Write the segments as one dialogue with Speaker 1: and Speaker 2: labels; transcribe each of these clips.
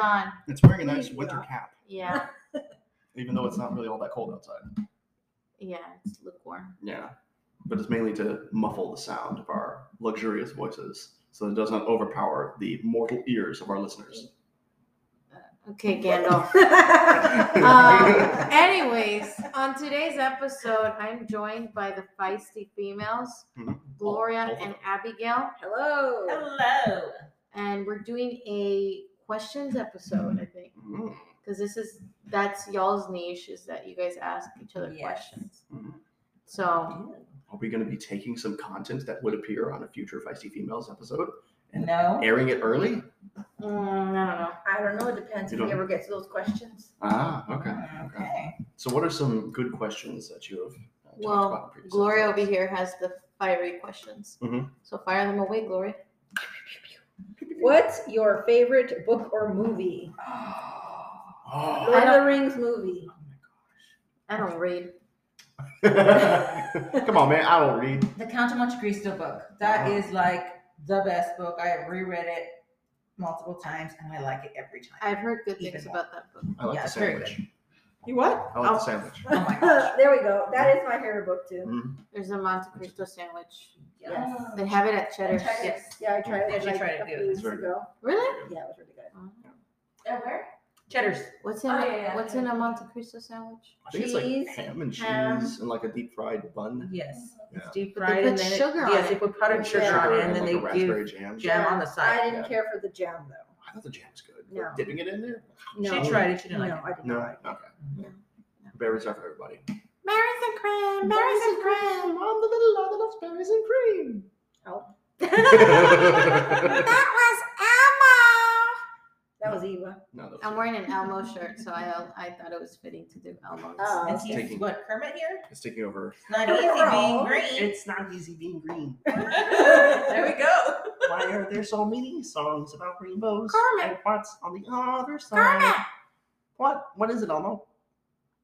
Speaker 1: on.
Speaker 2: It's wearing a nice winter cap,
Speaker 1: Yeah.
Speaker 2: even though it's not really all that cold outside.
Speaker 1: Yeah. It's lukewarm.
Speaker 2: Yeah. But it's mainly to muffle the sound of our luxurious voices so that it does not overpower the mortal ears of our listeners.
Speaker 1: Okay, Gandalf.
Speaker 3: Uh,
Speaker 1: um,
Speaker 2: Mhm.
Speaker 1: anyways, on today's episode, I'm joined by the feisty females, Gloria
Speaker 2: All- all
Speaker 1: and
Speaker 2: of
Speaker 1: Abigail,
Speaker 4: Hello.
Speaker 3: Hello.
Speaker 1: and we're doing a questions episode, I think,
Speaker 2: Mhm.
Speaker 1: because this is that's y'all's niche is that you guys ask each other
Speaker 3: Yes.
Speaker 1: questions.
Speaker 2: Mhm.
Speaker 1: So
Speaker 2: Are we going to be taking some content that would appear on a future Feisty Females episode,
Speaker 3: No.
Speaker 2: airing it early?
Speaker 1: mm, I don't know.
Speaker 4: I don't know. It depends
Speaker 2: You
Speaker 4: if we
Speaker 2: don't-
Speaker 4: ever get to those questions.
Speaker 2: Ah, okay. okay.
Speaker 3: Okay.
Speaker 2: So, what are some good questions that you have uh, talked
Speaker 1: Well,
Speaker 2: about in previous
Speaker 1: Gloria
Speaker 2: episodes?
Speaker 1: over here has the fiery questions.
Speaker 2: Mhm.
Speaker 1: So fire them away, Gloria.
Speaker 4: What's your favorite book or movie?
Speaker 2: Oh.
Speaker 4: Lord of the Rings movie.
Speaker 1: I don't read.
Speaker 2: Come on, man. I don't read.
Speaker 3: The Count of Monte Cristo book. That
Speaker 2: Wow.
Speaker 3: is like the best book. I have reread it multiple times and I like it every time.
Speaker 1: I've heard good
Speaker 3: Even
Speaker 1: things
Speaker 3: more.
Speaker 1: about that book.
Speaker 2: I like
Speaker 3: Yeah,
Speaker 2: the
Speaker 3: it's very good.
Speaker 2: sandwich.
Speaker 3: you what?
Speaker 2: I like
Speaker 1: Oh.
Speaker 2: the sandwich.
Speaker 3: Oh my gosh.
Speaker 4: there we go. That is my favorite book too.
Speaker 2: Mhm.
Speaker 1: There's a Monte Cristo sandwich.
Speaker 4: Yes.
Speaker 1: They have it at Cheddar's.
Speaker 3: tried it.
Speaker 1: Yes.
Speaker 4: Yeah, I tried
Speaker 3: Oh. Yeah,
Speaker 4: it
Speaker 3: she
Speaker 4: like
Speaker 3: tried
Speaker 4: a
Speaker 3: to
Speaker 4: couple
Speaker 3: do it.
Speaker 4: weeks
Speaker 2: It's very good.
Speaker 4: ago.
Speaker 1: Really?
Speaker 4: Yeah, it was really good.
Speaker 1: Mm.
Speaker 3: At where? Cheddar's.
Speaker 1: What's in
Speaker 3: Oh,
Speaker 1: a,
Speaker 3: yeah, yeah,
Speaker 1: What's
Speaker 3: yeah.
Speaker 1: in a Monte Cristo sandwich?
Speaker 2: I think it's like
Speaker 4: Cheese,
Speaker 2: ham and cheese
Speaker 4: ham.
Speaker 2: and like a deep fried bun.
Speaker 3: Yes.
Speaker 2: Yeah.
Speaker 3: It's deep
Speaker 1: But they
Speaker 3: fried and
Speaker 1: put
Speaker 3: then it-
Speaker 1: sugar on
Speaker 3: yes, they
Speaker 1: it.
Speaker 3: put powdered
Speaker 2: And
Speaker 3: sugar, on it and then
Speaker 2: like a
Speaker 3: they
Speaker 2: raspberry
Speaker 3: give
Speaker 2: jam.
Speaker 3: jam on the
Speaker 4: I
Speaker 3: side.
Speaker 4: didn't care for the jam though.
Speaker 2: I thought the jam's good.
Speaker 4: No.
Speaker 2: Like, Dipping it in there?
Speaker 4: No,
Speaker 3: She tried it. She didn't
Speaker 4: no,
Speaker 3: like it.
Speaker 4: I didn't.
Speaker 2: No.
Speaker 4: like
Speaker 2: Okay.
Speaker 3: Mhm.
Speaker 2: Berries are for everybody.
Speaker 1: Berries and cream.
Speaker 4: berries and
Speaker 1: cream.
Speaker 2: I'm the little lad that loves berries and cream.
Speaker 4: it.
Speaker 1: That
Speaker 4: that was Eva.
Speaker 2: No, that was
Speaker 1: I'm
Speaker 2: it.
Speaker 1: wearing an Elmo shirt, so I I thought it was fitting to do Elmo.
Speaker 4: Oh.
Speaker 3: And
Speaker 4: It's
Speaker 3: he's
Speaker 2: taking-
Speaker 3: what, Kermit here?
Speaker 2: It's taking over.
Speaker 3: It's not easy being
Speaker 4: Overall,
Speaker 3: green.
Speaker 2: not easy being green.
Speaker 3: there we go.
Speaker 2: Why are there so many songs about rainbows?
Speaker 1: Kermit.
Speaker 2: And what's on the other side?
Speaker 1: Kermit.
Speaker 2: What? What is it, Elmo?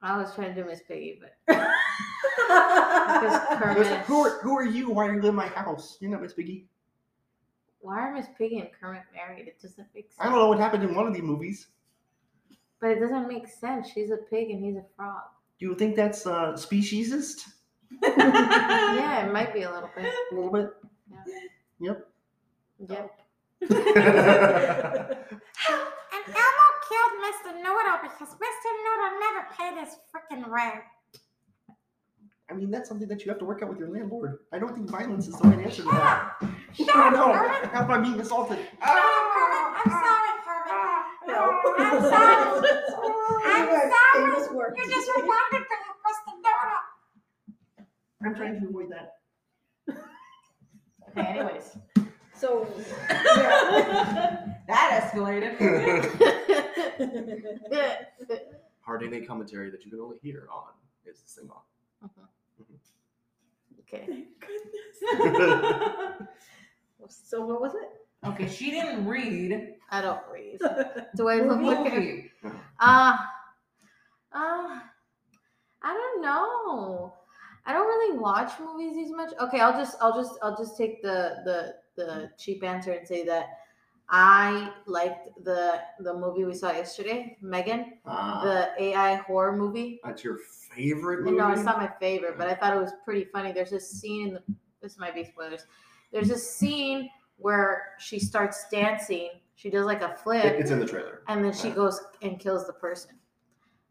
Speaker 1: I was trying to do Miss Piggy, but because
Speaker 4: I
Speaker 1: Kermit.
Speaker 2: Who are, who are you? Why are you in my house? You're not Miss Piggy.
Speaker 1: Why are Miss Piggy and Kermit married? It doesn't make sense.
Speaker 2: I don't know what happened in one of the movies.
Speaker 1: But it doesn't make sense. She's a pig and he's a frog.
Speaker 2: Do you think that's uh, speciesist?
Speaker 1: yeah, it might be a little bit.
Speaker 2: A little bit.
Speaker 1: Yep.
Speaker 5: And Elmo killed Mr. Noodle because Mr. Noodle never paid his freaking rent.
Speaker 2: I mean, that's something that you have to work out with your landlord. I don't think violence is the right answer to that.
Speaker 5: Shut
Speaker 2: Oh
Speaker 5: up,
Speaker 2: no!
Speaker 5: Kermit.
Speaker 2: How am I being assaulted?
Speaker 5: Shut up, Kermit. I'm sorry, Kermit.
Speaker 4: No.
Speaker 5: I'm sorry. I'm
Speaker 4: Eva's
Speaker 5: sorry.
Speaker 4: famous work.
Speaker 5: You just reminded me of Mr. Noodle.
Speaker 2: I'm trying to avoid that.
Speaker 1: Okay, anyways.
Speaker 4: So,
Speaker 3: that escalated.
Speaker 2: Hard any commentary that you can only hear on is this thing on.
Speaker 1: okay. Uh,
Speaker 4: so what was it?
Speaker 3: okay, she didn't read.
Speaker 1: I don't read. Do I look like a
Speaker 3: Movie.
Speaker 1: uh, uh I don't know. I don't really watch movies as much. Okay, I'll just I'll just I'll just take the the the cheap answer and say that I liked the the movie we saw yesterday, Megan,
Speaker 2: Ah,
Speaker 1: the AI horror movie.
Speaker 2: that's your favorite movie.
Speaker 1: No, it's not my favorite, but I thought it was pretty funny. There's this scene in the this might be spoilers. There's this scene where she starts dancing. She does like a flip
Speaker 2: It- it's in the trailer.
Speaker 1: and then she
Speaker 2: Yeah.
Speaker 1: goes and kills the person.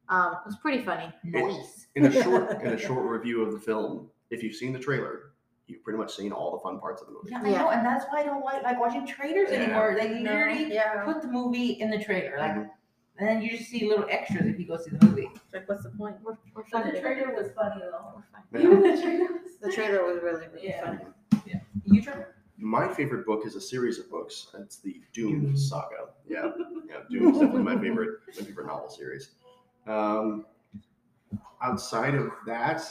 Speaker 1: Um, it was pretty funny.
Speaker 2: Nice. In a short, in a short review of the film, if you've seen the trailer, you've pretty much seen all the fun parts of the movie.
Speaker 3: Yeah, I know, and that's why I don't like like watching trailers
Speaker 2: Yeah.
Speaker 3: anymore. Like you already
Speaker 4: Yeah.
Speaker 3: put the movie in the trailer, like,
Speaker 2: Mhm.
Speaker 3: and then you just see little extras if you go see the movie.
Speaker 4: Like, what's the point?
Speaker 1: We're, we're fun. today.
Speaker 3: was funny though.
Speaker 1: We're fun.
Speaker 2: Yeah.
Speaker 3: the trailer was.
Speaker 1: The trailer was really really
Speaker 3: Yeah.
Speaker 1: funny.
Speaker 3: You try.
Speaker 2: My favorite book is a series of books. and It's the Doom Saga. Yeah, yeah, Doom is definitely my favorite, my favorite novel series. Um, outside of that,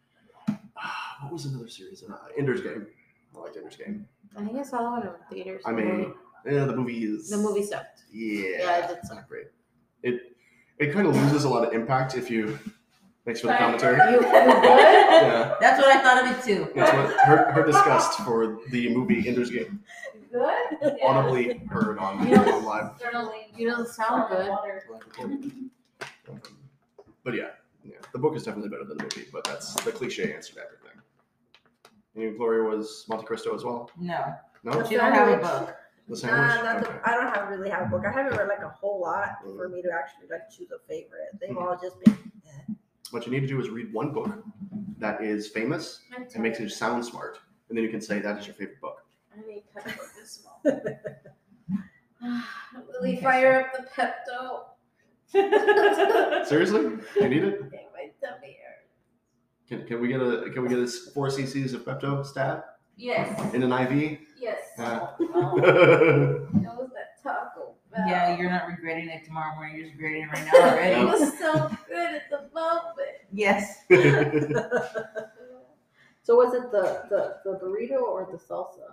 Speaker 2: ah, what was another series? Uh, Ender's Game. I liked Ender's Game.
Speaker 1: I think I saw that one in theaters.
Speaker 2: I
Speaker 1: the
Speaker 2: mean,
Speaker 1: movie-
Speaker 2: yeah, the movie is
Speaker 1: the movie sucked.
Speaker 2: Yeah,
Speaker 1: Yeah, it did
Speaker 2: it's
Speaker 1: suck.
Speaker 2: not great. It it kind of loses a lot of impact if you Thanks for the
Speaker 4: Sorry.
Speaker 2: commentary.
Speaker 1: You, you good?
Speaker 2: Yeah,
Speaker 3: That's what I thought of it too.
Speaker 2: that's what her, her disgust for the movie Ender's Game
Speaker 1: You good?
Speaker 2: audibly heard on,
Speaker 1: You
Speaker 2: on live.
Speaker 1: You don't sound good.
Speaker 2: But yeah, yeah, the book is definitely better than the movie, but that's the cliche answer to everything. And Gloria was Monte Cristo as well.
Speaker 3: No,
Speaker 2: No,
Speaker 3: she don't have a book.
Speaker 2: the sandwich.
Speaker 4: Nah, not
Speaker 2: Okay.
Speaker 4: the, I don't have really have a book. I haven't read like a whole lot for
Speaker 3: Mm.
Speaker 4: me to actually like choose a favorite. They've all just been. eh.
Speaker 2: What you need to do is read one book that is famous and makes you sound smart, and then you can say that is your favorite book.
Speaker 5: I need Pepto this moment. Lily, fire up the Pepto.
Speaker 2: Seriously, you need it.
Speaker 5: Okay, my tummy hurts.
Speaker 2: Can, can we get a can we get this four cc's of Pepto stat
Speaker 5: Yes,
Speaker 2: in an IV?
Speaker 5: yes.
Speaker 3: Uh.
Speaker 2: Ah.
Speaker 5: Oh, That was that taco. Bell.
Speaker 3: Yeah, you're not regretting it tomorrow morning. You're just regretting it right now already.
Speaker 5: It was so good at the moment.
Speaker 3: Yes.
Speaker 4: So was it the, the the burrito or the salsa?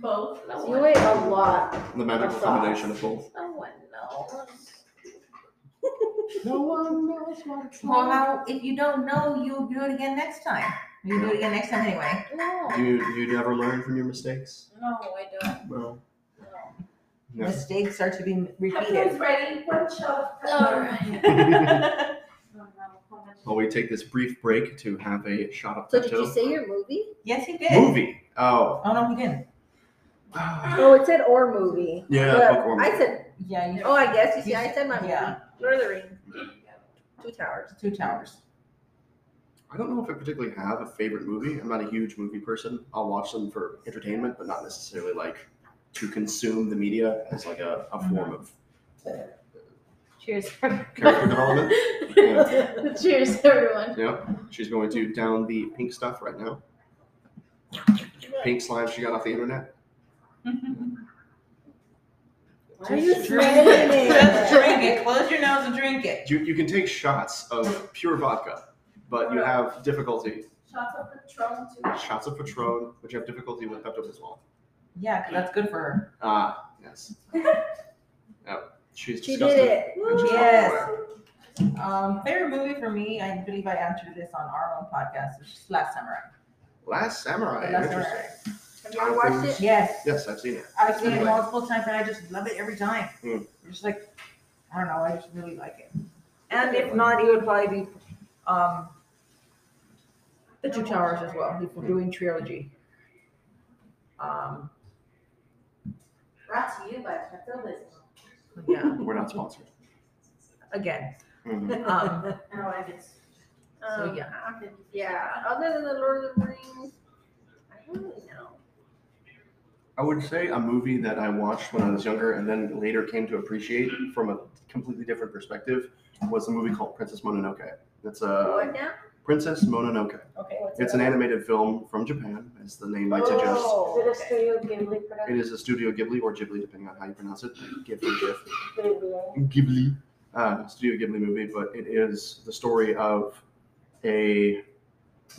Speaker 5: Both. No
Speaker 4: You
Speaker 5: one,
Speaker 4: ate a lot.
Speaker 2: the magical combination of both.
Speaker 6: Oh,
Speaker 5: no one knows.
Speaker 2: No one knows what's
Speaker 3: Well, how if you don't know, you'll do it again next time. You do it again next time anyway.
Speaker 5: No,
Speaker 2: You you never learn from your mistakes.
Speaker 5: no, I don't.
Speaker 2: Well,
Speaker 5: No.
Speaker 2: no.
Speaker 3: Mistakes are to be repeated.
Speaker 5: Pepto's ready. One shot.
Speaker 1: All
Speaker 5: right.
Speaker 2: While we take this brief break to have a shot of
Speaker 4: So
Speaker 2: Pepto.
Speaker 4: did you say your movie?
Speaker 3: Yes, he did.
Speaker 2: movie? Oh,
Speaker 3: Oh no, he didn't.
Speaker 4: Oh, it said or movie.
Speaker 2: Yeah,
Speaker 4: But
Speaker 2: book or
Speaker 4: I said.
Speaker 3: Yeah, you
Speaker 4: Oh, I guess you see.
Speaker 3: You
Speaker 4: I
Speaker 3: said-
Speaker 4: said my movie.
Speaker 3: yeah.
Speaker 4: Lord of the Rings, Two Towers.
Speaker 3: two towers.
Speaker 2: I don't know if I particularly have a favorite movie. I'm not a huge movie person. I'll watch them for entertainment, but not necessarily like to consume the media as like a, a
Speaker 4: Mm-hmm.
Speaker 2: form of uh,
Speaker 1: Cheers.
Speaker 2: character development. Yeah.
Speaker 1: Cheers, everyone.
Speaker 2: Yep. She's going to down the pink stuff right now. Pink slime she got off the internet.
Speaker 4: Why are you
Speaker 3: Just drink
Speaker 4: smelling
Speaker 3: it. Just
Speaker 4: it?
Speaker 3: drink it. Close your nose and drink it.
Speaker 2: You, you can take shots
Speaker 4: Hmm.
Speaker 2: of pure vodka, but you have difficulty.
Speaker 5: Shots of Patron
Speaker 6: Um,
Speaker 5: too.
Speaker 2: Shots of Patron, but you have difficulty with Pepto Bismol.
Speaker 3: Yeah, 'cause that's good for her.
Speaker 2: Ah, yes. Yep. She's
Speaker 4: She
Speaker 2: disgusted.
Speaker 4: did it.
Speaker 2: and she's walking
Speaker 3: Yes.
Speaker 2: away.
Speaker 3: Um, favorite movie for me, I believe I answered this on our own podcast, which is Last Samurai.
Speaker 2: Last Samurai.
Speaker 3: Last
Speaker 2: Oh, Interesting.
Speaker 3: Samurai.
Speaker 4: Have y'all watched it?
Speaker 3: Yes.
Speaker 2: Yes, I've seen it.
Speaker 3: I've seen it multiple times and I just love it every time.
Speaker 2: Mm.
Speaker 3: It's just like, I don't know, I just really like it. And if not, it would probably be um, The Two Towers as well, if we're doing trilogy. Um,
Speaker 5: Brought to you by Pepto Bismol.
Speaker 3: yeah,
Speaker 2: We're not sponsored.
Speaker 3: again.
Speaker 2: Mhm.
Speaker 3: Um,
Speaker 5: No, I just.
Speaker 4: Um,
Speaker 3: So, yeah.
Speaker 4: I- Yeah. Other than the Lord of the Rings, I don't really know.
Speaker 2: I would say a movie that I watched when I was younger and then later came to appreciate from a completely different perspective was a movie called Princess Mononoke. It's
Speaker 4: what
Speaker 2: a
Speaker 4: now?
Speaker 2: Princess Mononoke.
Speaker 4: Okay, what's
Speaker 2: It's an animated film from Japan, as the name might suggest.
Speaker 4: Oh,
Speaker 1: Is it a Studio Ghibli production?
Speaker 2: It is a Studio Ghibli or Ghibli, depending on how you pronounce it. Ghibli, Ghibli. Ghibli, uh, Studio Ghibli movie, but it is the story of a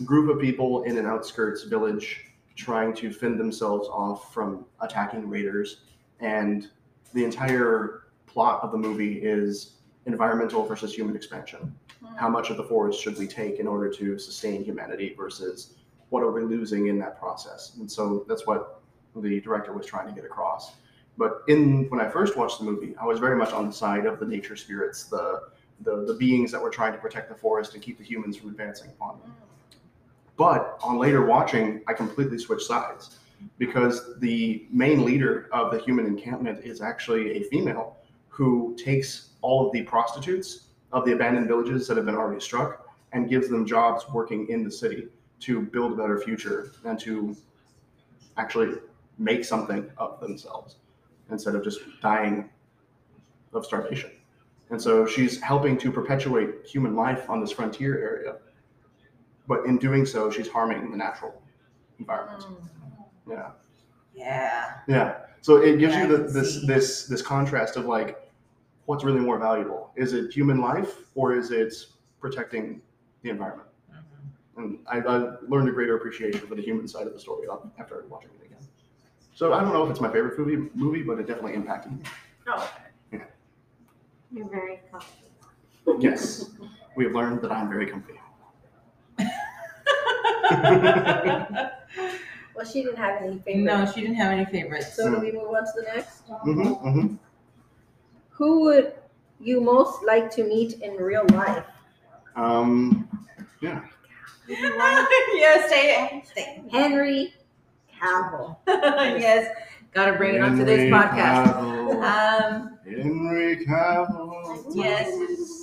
Speaker 2: group of people in an outskirts village trying to fend themselves off from attacking raiders. And the entire plot of the movie is environmental versus human expansion. How much of the forest should we take in order to sustain humanity versus what are we losing in that process? And so that's what the director was trying to get across but in when I first watched the movie, I was very much on the side of the nature spirits, the the, the beings that were trying to protect the forest and keep the humans from advancing upon them. But on later watching, I completely switched sides because the main leader of the human encampment is actually a female who takes all of the prostitutes of the abandoned villages that have been already struck and gives them jobs working in the city to build a better future and to actually make something of themselves instead of just dying of starvation. And so she's helping to perpetuate human life on this frontier area. But in doing so, she's harming the natural environment. Yeah.
Speaker 3: yeah.
Speaker 2: Yeah. So it gives
Speaker 3: Yeah,
Speaker 2: you
Speaker 3: I
Speaker 2: the,
Speaker 3: can
Speaker 2: this
Speaker 3: see.
Speaker 2: this this contrast of like what's really more valuable? Is it human life or is it protecting the environment? And I, I learned a greater appreciation for the human side of the story after watching it again. So I don't know if it's my favorite movie movie, but it definitely impacted me.
Speaker 4: no.
Speaker 5: You're very comfortable.
Speaker 2: Yes. we have learned that I'm very comfy.
Speaker 4: Well, she didn't have any
Speaker 3: no,
Speaker 4: favorites.
Speaker 3: she didn't have any favorites.
Speaker 4: So do we move on to the next?
Speaker 2: hmm hmm
Speaker 4: Who would you most like to meet in real life?
Speaker 2: Um,
Speaker 3: yes, say it. Say it.
Speaker 4: Henry Cavill.
Speaker 3: yes, gotta bring it onto this
Speaker 2: Henry
Speaker 3: podcast.
Speaker 2: Cavill.
Speaker 3: Um,
Speaker 2: Henry Cavill.
Speaker 3: yes,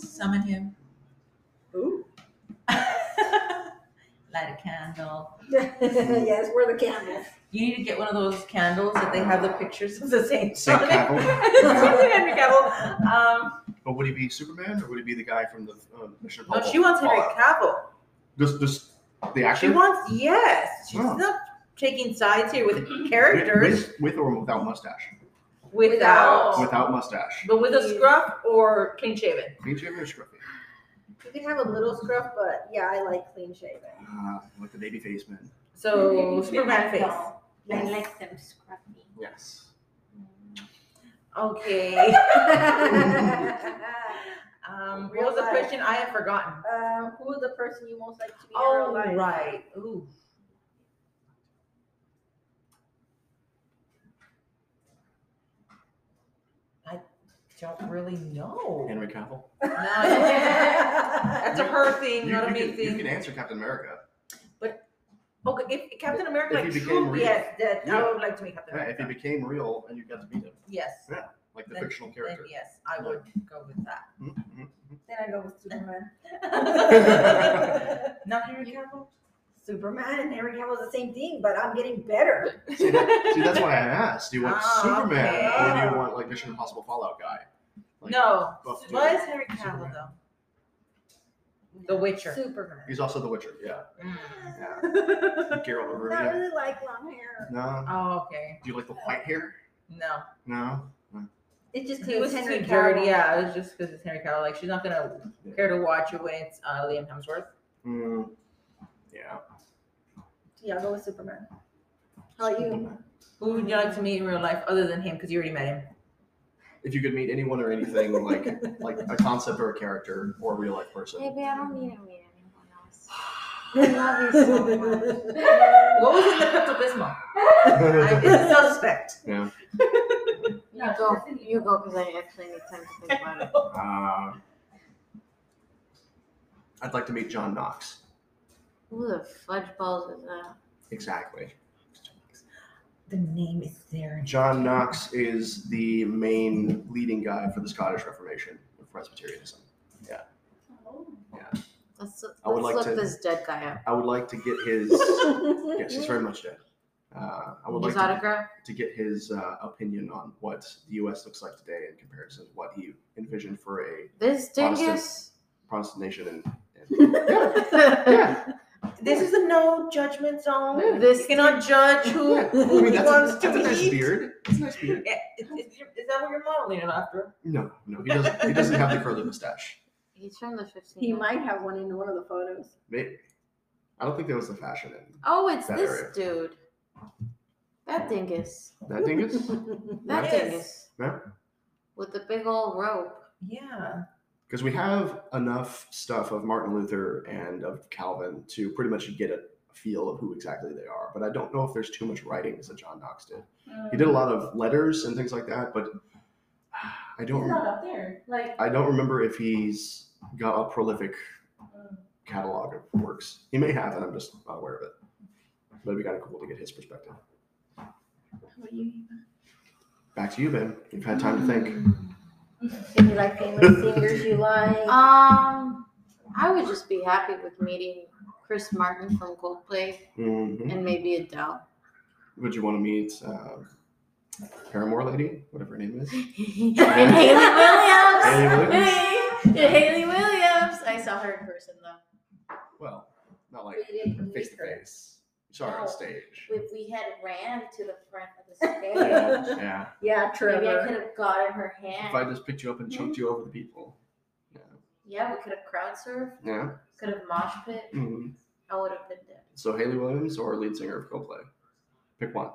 Speaker 3: summon him.
Speaker 4: Who?
Speaker 3: Light a candle.
Speaker 4: yes, we're the candles.
Speaker 3: You need to get one of those candles that they have the pictures of the saints
Speaker 2: Saint
Speaker 3: on it.
Speaker 2: Cavill.
Speaker 3: Henry Cavill. Um,
Speaker 2: But would he be Superman or would he be the guy from the uh, Mission
Speaker 3: no,
Speaker 2: Impossible?
Speaker 3: she wants Henry Cavill.
Speaker 2: Just, just the
Speaker 3: She
Speaker 2: actor.
Speaker 3: wants yes. She's
Speaker 2: Oh.
Speaker 3: not taking sides here with
Speaker 2: with,
Speaker 3: characters Oh.
Speaker 2: with, with or without mustache?
Speaker 3: without,
Speaker 4: Without.
Speaker 2: Without mustache.
Speaker 3: but with a scruff or clean shaven.
Speaker 2: Clean shaven or scruffy?
Speaker 4: You can have a little scruff, but yeah, I like clean shaven.
Speaker 2: Uh, like the baby face man.
Speaker 3: So Superman face.
Speaker 5: I
Speaker 4: Yes.
Speaker 5: like them scruffy.
Speaker 2: Yes.
Speaker 3: Okay.
Speaker 4: um,
Speaker 3: Um, what was the question? I have forgotten.
Speaker 4: who is the person you most like to meet
Speaker 3: Oh,
Speaker 4: in real life?
Speaker 3: right. Ooh. I don't really know.
Speaker 2: Henry Cavill.
Speaker 3: No, that's a her thing,
Speaker 2: You,
Speaker 3: not a
Speaker 2: you
Speaker 3: me
Speaker 2: can, you
Speaker 3: thing.
Speaker 2: can answer Captain America.
Speaker 3: Okay, if- if Captain America,
Speaker 2: If
Speaker 3: like,
Speaker 2: he became
Speaker 3: true,
Speaker 2: real.
Speaker 3: yes, that I
Speaker 2: Yeah.
Speaker 3: would like to meet Captain
Speaker 2: Yeah, if he
Speaker 3: America.
Speaker 2: became real and you got to meet him,
Speaker 3: Yes,
Speaker 2: Yeah. like the
Speaker 3: Then-
Speaker 2: fictional
Speaker 3: then
Speaker 2: character.
Speaker 3: yes, I would go with that.
Speaker 2: Mhm,
Speaker 4: Then I go with Superman.
Speaker 3: Not Henry Cavill?
Speaker 4: Superman and Henry Cavill is the same thing, but I'm getting better.
Speaker 2: mhm. See, that- see, that's why I asked. Do you want
Speaker 3: Ah,
Speaker 2: Superman or do
Speaker 4: okay.
Speaker 2: you want like Mission Impossible Fallout guy? Like,
Speaker 3: No,
Speaker 2: buff dude.
Speaker 3: why is Henry Cavill
Speaker 2: Superman.
Speaker 3: though? The Witcher. Mm.
Speaker 4: Superman.
Speaker 2: He's also The Witcher. Yeah. Yeah. Geralt of
Speaker 4: Not
Speaker 2: Rivia.
Speaker 4: really like long hair.
Speaker 2: No.
Speaker 3: Oh, okay.
Speaker 2: Do you like the white hair?
Speaker 3: No,
Speaker 2: No.
Speaker 4: It just
Speaker 3: he was
Speaker 4: Henry
Speaker 3: too dirty.
Speaker 4: Cavill.
Speaker 3: Yeah, it was just because it's Henry Cavill. Like she's not gonna care to watch it when it's uh, Liam Hemsworth.
Speaker 2: Mm, yeah.
Speaker 4: Yeah, I'll go with Superman. How about you?
Speaker 3: Who would you like to meet in real life other than him? Because you already met him.
Speaker 2: If you could meet anyone or anything, like like a concept or a character or a real life person.
Speaker 5: Maybe I don't need to meet anyone else. I love you so much.
Speaker 3: What was in the Pepto Bismol? I-
Speaker 2: yeah.
Speaker 3: It's suspect.
Speaker 5: You go, you go, because I actually need time to think about it.
Speaker 2: Uh, I'd like to meet John Knox.
Speaker 5: Who the fudge balls is that?
Speaker 2: Exactly.
Speaker 3: The name is there.
Speaker 2: John Knox is the main leading guy for the Scottish Reformation of Presbyterianism.
Speaker 5: Let's,
Speaker 2: I would
Speaker 5: let's
Speaker 2: like
Speaker 5: look
Speaker 2: to-
Speaker 5: this dead guy up.
Speaker 2: I would like to get his. yes, he's very much dead. Uh, I would
Speaker 5: His
Speaker 2: like to,
Speaker 5: autograph?
Speaker 2: to get his uh, opinion on what the U.S. looks like today in comparison to what he envisioned for a
Speaker 5: This
Speaker 2: Protestant.
Speaker 5: dingus?
Speaker 2: Protestant nation. And, and yeah,
Speaker 3: This is a no judgment zone.
Speaker 5: This
Speaker 3: you cannot judge who,
Speaker 2: yeah.
Speaker 3: who
Speaker 2: I mean,
Speaker 3: he
Speaker 2: that's,
Speaker 3: wants
Speaker 2: a,
Speaker 3: to
Speaker 2: that's a nice
Speaker 3: meet.
Speaker 2: beard. That's a nice beard.
Speaker 3: Yeah, is, is, is that what you're modeling it after?
Speaker 2: No, no, he doesn't. He doesn't have the curly mustache.
Speaker 5: He turned the 15.
Speaker 4: He might have one in one of the photos.
Speaker 2: Maybe. I don't think that was the fashion in
Speaker 5: Oh, it's
Speaker 2: That
Speaker 5: this
Speaker 2: area.
Speaker 5: dude. That dingus.
Speaker 2: that dingus.
Speaker 5: That
Speaker 3: Yes.
Speaker 5: dingus.
Speaker 2: Yeah.
Speaker 5: With the big old rope.
Speaker 3: Yeah.
Speaker 2: Because we have enough stuff of Martin Luther and of Calvin to pretty much get a feel of who exactly they are. But I don't know if there's too much writings that John Knox did. He did a lot of letters and things like that, but I don't
Speaker 3: up there. Like
Speaker 2: I don't remember if he's got a prolific catalog of works. He may have, and I'm just not aware of it. But it'd be kind of cool to get his perspective. Back to you, Ben. You've had time to think.
Speaker 3: Mm.
Speaker 4: If you like famous singers you like.
Speaker 5: Um, I would just be happy with meeting Chris Martin from Coldplay
Speaker 2: Mhm.
Speaker 5: and maybe Adele.
Speaker 2: Would you want to meet um, Paramore Lady, whatever her name is?
Speaker 5: and Haley Williams.
Speaker 2: Hayley Williams?
Speaker 5: And Haley Williams. I saw her in person though.
Speaker 2: Well, not like
Speaker 5: We didn't
Speaker 2: face to
Speaker 5: meet her.
Speaker 2: face. Sorry,
Speaker 5: No.
Speaker 2: on stage.
Speaker 5: We, we had ran to the front of the stage.
Speaker 2: Yeah, yeah.
Speaker 4: Yeah,
Speaker 5: Maybe I
Speaker 4: Trevor.
Speaker 5: could have gotten her
Speaker 2: If
Speaker 5: hand.
Speaker 2: I just picked you up and chunked you over the people. Yeah.
Speaker 5: yeah, we could have crowd surfed.
Speaker 2: Yeah.
Speaker 5: Could have mosh pit.
Speaker 2: Mhm.
Speaker 5: I would have been dead.
Speaker 2: So Haley Williams or lead singer of Coldplay? Pick one.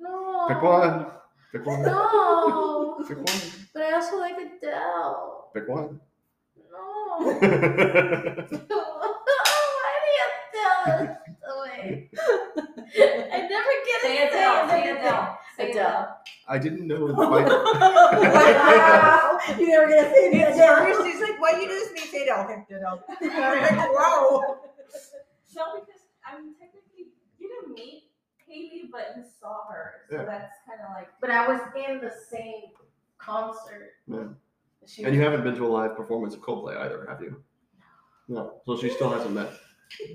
Speaker 5: No.
Speaker 2: Pick one. Pick one.
Speaker 5: No.
Speaker 2: Pick one.
Speaker 5: but I also like Adele.
Speaker 2: Pick one.
Speaker 5: No.
Speaker 1: No.
Speaker 5: Why do you tell us away? I never get
Speaker 6: Say
Speaker 5: it.
Speaker 6: Adele, say Adele, say
Speaker 1: Adele.
Speaker 6: Adele.
Speaker 2: I didn't know the fight.
Speaker 3: Oh,
Speaker 4: wow. You never gonna say me
Speaker 3: It's
Speaker 4: again.
Speaker 3: first, he's like, why you do this to me, Adele? Adele.
Speaker 4: wow.
Speaker 6: No, because I mean technically you didn't meet Haley, but you saw her, so
Speaker 2: Yeah.
Speaker 6: that's kind of like.
Speaker 1: But I was in the same concert.
Speaker 2: Yeah.
Speaker 1: She
Speaker 2: And you haven't been to a live performance of Coldplay either, have you? No. So she still hasn't met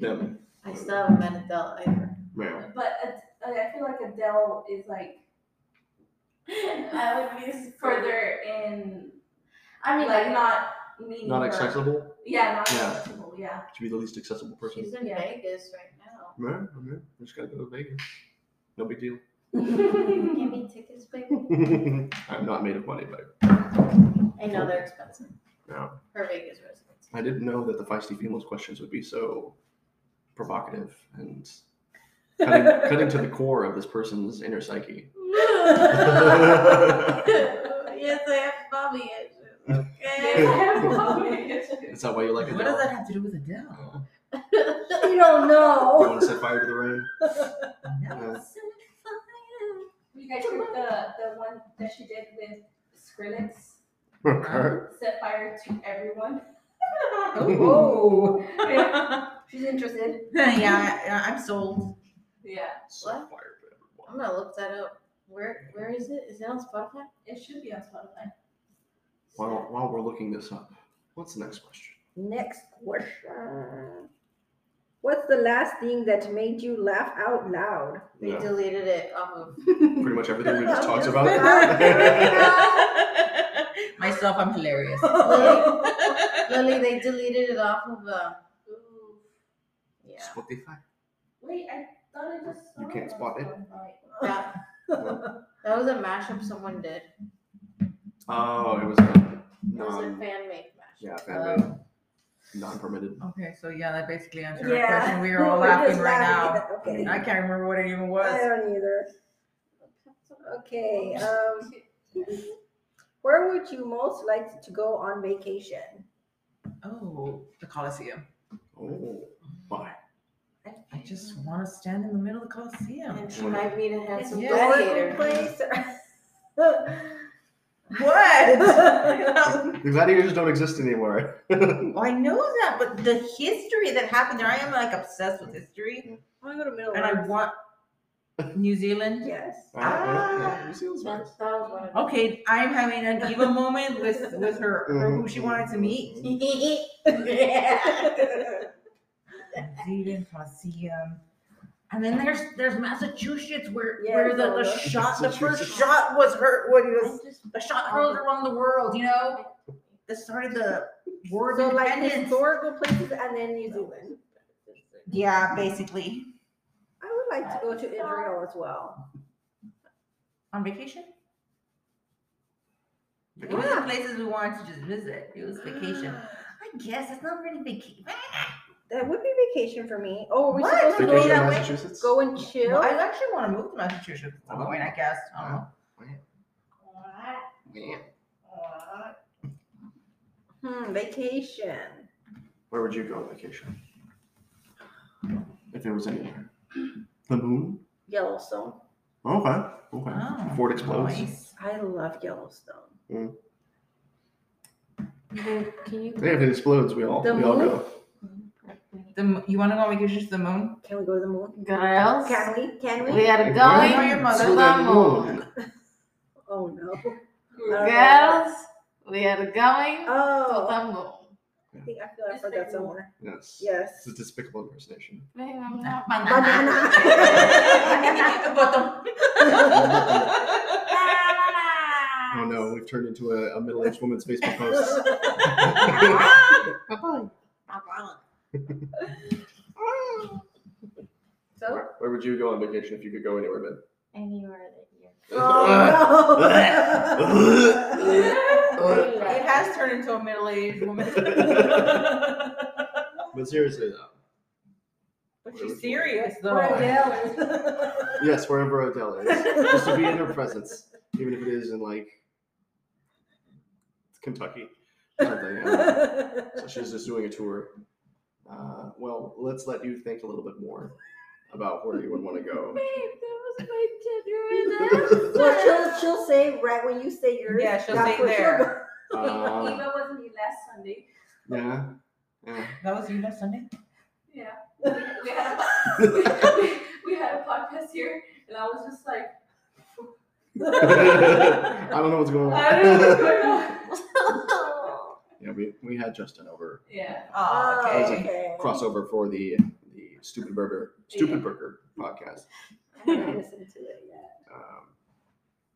Speaker 2: them.
Speaker 1: I still haven't met Adele either.
Speaker 2: Yeah.
Speaker 6: But Ad- I feel like Adele is like
Speaker 5: I would be
Speaker 6: further in,
Speaker 1: I mean,
Speaker 6: like not meeting.
Speaker 2: Not
Speaker 6: her.
Speaker 2: accessible.
Speaker 6: Yeah, not
Speaker 2: Yeah.
Speaker 6: accessible. Yeah.
Speaker 2: Should be the least accessible person.
Speaker 1: she's in
Speaker 6: Yeah.
Speaker 1: Vegas right now.
Speaker 2: Yeah, yeah. I just gotta go to Vegas. No big deal.
Speaker 5: Give me tickets, baby.
Speaker 2: I'm not made of money, but
Speaker 1: I know they're expensive.
Speaker 2: Yeah.
Speaker 1: Her Vegas residence.
Speaker 2: I didn't know that the feisty females questions would be so provocative and cutting, cutting to the core of this person's inner psyche.
Speaker 1: yes, I have mommy issues.
Speaker 6: Maybe I
Speaker 1: Okay.
Speaker 6: have mommy issues.
Speaker 2: Is that why you like
Speaker 3: What does
Speaker 2: Adele?
Speaker 3: that have to do with Adele?
Speaker 2: Oh.
Speaker 4: You
Speaker 2: You
Speaker 4: don't know.
Speaker 2: want to set fire to the rain? Yeah.
Speaker 6: You guys heard the the one that she did with Skrillex?
Speaker 2: Okay.
Speaker 6: Set fire to everyone.
Speaker 3: Whoa.
Speaker 6: She's interested.
Speaker 3: Oh. yeah, yeah, I'm sold.
Speaker 6: Yeah,
Speaker 2: Set
Speaker 1: What?
Speaker 2: fire to
Speaker 1: I'm
Speaker 2: everyone.
Speaker 1: gonna look that up. Where where is it? Is it on Spotify?
Speaker 6: it should be on Spotify.
Speaker 2: While, while we're looking this up, what's the next question?
Speaker 4: Next question. What's the last thing that made you laugh out loud?
Speaker 1: We
Speaker 2: Yeah,
Speaker 1: deleted it off of
Speaker 2: pretty much everything we just talked about.
Speaker 3: Myself, I'm hilarious.
Speaker 1: Oh, Lily. They deleted it off of. Uh,
Speaker 6: Ooh.
Speaker 1: yeah.
Speaker 2: Spotify.
Speaker 6: Wait, I thought I just. Saw
Speaker 2: You can't
Speaker 6: it on
Speaker 2: spot it?
Speaker 6: Spotify.
Speaker 1: That, that was a mashup someone did.
Speaker 2: Oh, it was a
Speaker 1: It was a
Speaker 2: non,
Speaker 1: fan made mashup.
Speaker 2: yeah, fan made, non-permitted.
Speaker 3: Um, okay, so yeah, that basically answered our
Speaker 4: Yeah.
Speaker 3: question. We are all
Speaker 4: We're just
Speaker 3: laughing right now.
Speaker 4: Okay.
Speaker 3: I can't remember what it even
Speaker 4: I
Speaker 3: was.
Speaker 4: don't either. Okay. Um, where would you most like to go on vacation?
Speaker 3: Oh, the Coliseum.
Speaker 2: Oh, why?
Speaker 3: I just want to stand in the middle of the Coliseum.
Speaker 1: And she might meet a
Speaker 4: It's
Speaker 1: handsome
Speaker 3: Yeah.
Speaker 4: historical
Speaker 1: gladiator.
Speaker 4: place.
Speaker 3: What?
Speaker 2: The gladiators don't exist anymore.
Speaker 3: Well, I know that, but the history that happened there, I am like obsessed with history.
Speaker 4: I'm gonna go to Middle
Speaker 3: And I
Speaker 4: Earth.
Speaker 3: want New Zealand.
Speaker 4: Yes.
Speaker 3: Ah.
Speaker 2: New Zealand's
Speaker 1: That,
Speaker 2: nice.
Speaker 1: that was one of
Speaker 3: Okay, I'm having a diva moment with with her, her
Speaker 2: Mm-hmm.
Speaker 3: who she wanted to meet. New Zealand Coliseum. And then there's there's Massachusetts where
Speaker 4: Yeah,
Speaker 3: where the, the
Speaker 4: it's all
Speaker 3: shot the first
Speaker 2: Massachusetts.
Speaker 3: shot was her when it was
Speaker 1: just,
Speaker 3: the shot heard around the world, you know? That started the war of
Speaker 4: So like
Speaker 3: independence.
Speaker 4: historical places and then New Zealand.
Speaker 3: yeah, basically.
Speaker 4: I would like to go to Israel as well.
Speaker 3: On vacation? It
Speaker 2: Okay.
Speaker 3: was the places we wanted to just visit. It was vacation. I guess it's not really vacation.
Speaker 4: That would be vacation for me. Oh, we're
Speaker 3: What?
Speaker 4: supposed to
Speaker 2: Vacation
Speaker 4: go
Speaker 2: in
Speaker 4: that way.
Speaker 2: Massachusetts?
Speaker 4: Go and chill.
Speaker 3: Well, I actually want to move to Massachusetts at some point, I guess. I don't know.
Speaker 2: Man.
Speaker 4: Hmm, vacation.
Speaker 2: Where would you go on vacation? If there was anywhere. The moon?
Speaker 4: Yellowstone.
Speaker 2: Okay. Okay.
Speaker 3: Oh,
Speaker 2: Before it explodes.
Speaker 3: nice.
Speaker 4: I love Yellowstone.
Speaker 1: can you?
Speaker 2: Yeah, if it explodes, we all
Speaker 1: The
Speaker 2: we all
Speaker 1: moon?
Speaker 2: go.
Speaker 3: The, mo- you want to go on vacation to the moon?
Speaker 4: Can we go to the moon?
Speaker 1: Girls,
Speaker 4: Can we? Can we?
Speaker 1: we are
Speaker 2: If
Speaker 1: going
Speaker 3: Where are your mother?
Speaker 1: to the moon.
Speaker 4: Oh no.
Speaker 1: Girls, we are going to
Speaker 4: Oh,
Speaker 1: the moon.
Speaker 4: I think I feel I heard that somewhere.
Speaker 2: Yes. It's
Speaker 4: Yes.
Speaker 2: a despicable impersonation.
Speaker 1: Babe, I'm not
Speaker 4: Banana.
Speaker 2: Oh no, we've turned into a, a middle-aged woman's Facebook post.
Speaker 4: so?
Speaker 2: Where- Where would you go on vacation if you could go anywhere, but
Speaker 5: Anywhere that you
Speaker 3: Uh,
Speaker 2: but
Speaker 3: It has turned into a middle aged woman.
Speaker 2: seriously though.
Speaker 3: but she's serious, though.
Speaker 2: Yes, wherever Adele is. Just to be in her presence. Even if it is in like Kentucky. something. you know. so she's just doing a tour. Uh, well, let's let you think a little bit more about where you would want to go.
Speaker 1: that was my genuine
Speaker 4: well, she'll, she'll say right when you say yours.
Speaker 3: Yeah, she'll
Speaker 4: that's
Speaker 3: say
Speaker 4: where
Speaker 3: there.
Speaker 4: go.
Speaker 2: Uh,
Speaker 6: Eva wasn't me last Sunday.
Speaker 2: yeah. yeah.
Speaker 3: That was you last Sunday?
Speaker 6: Yeah. We we had, a, we had a podcast here, and I was just like,
Speaker 2: I don't know what's going
Speaker 6: I don't know what's
Speaker 2: on.
Speaker 6: going on.
Speaker 2: yeah, we, we had Justin over
Speaker 6: Yeah.
Speaker 3: Oh,
Speaker 4: Oh,
Speaker 3: okay.
Speaker 4: okay.
Speaker 2: crossover for the the Stupid Burger Stupid Burger podcast.
Speaker 4: I haven't listened to it yet.
Speaker 2: Um,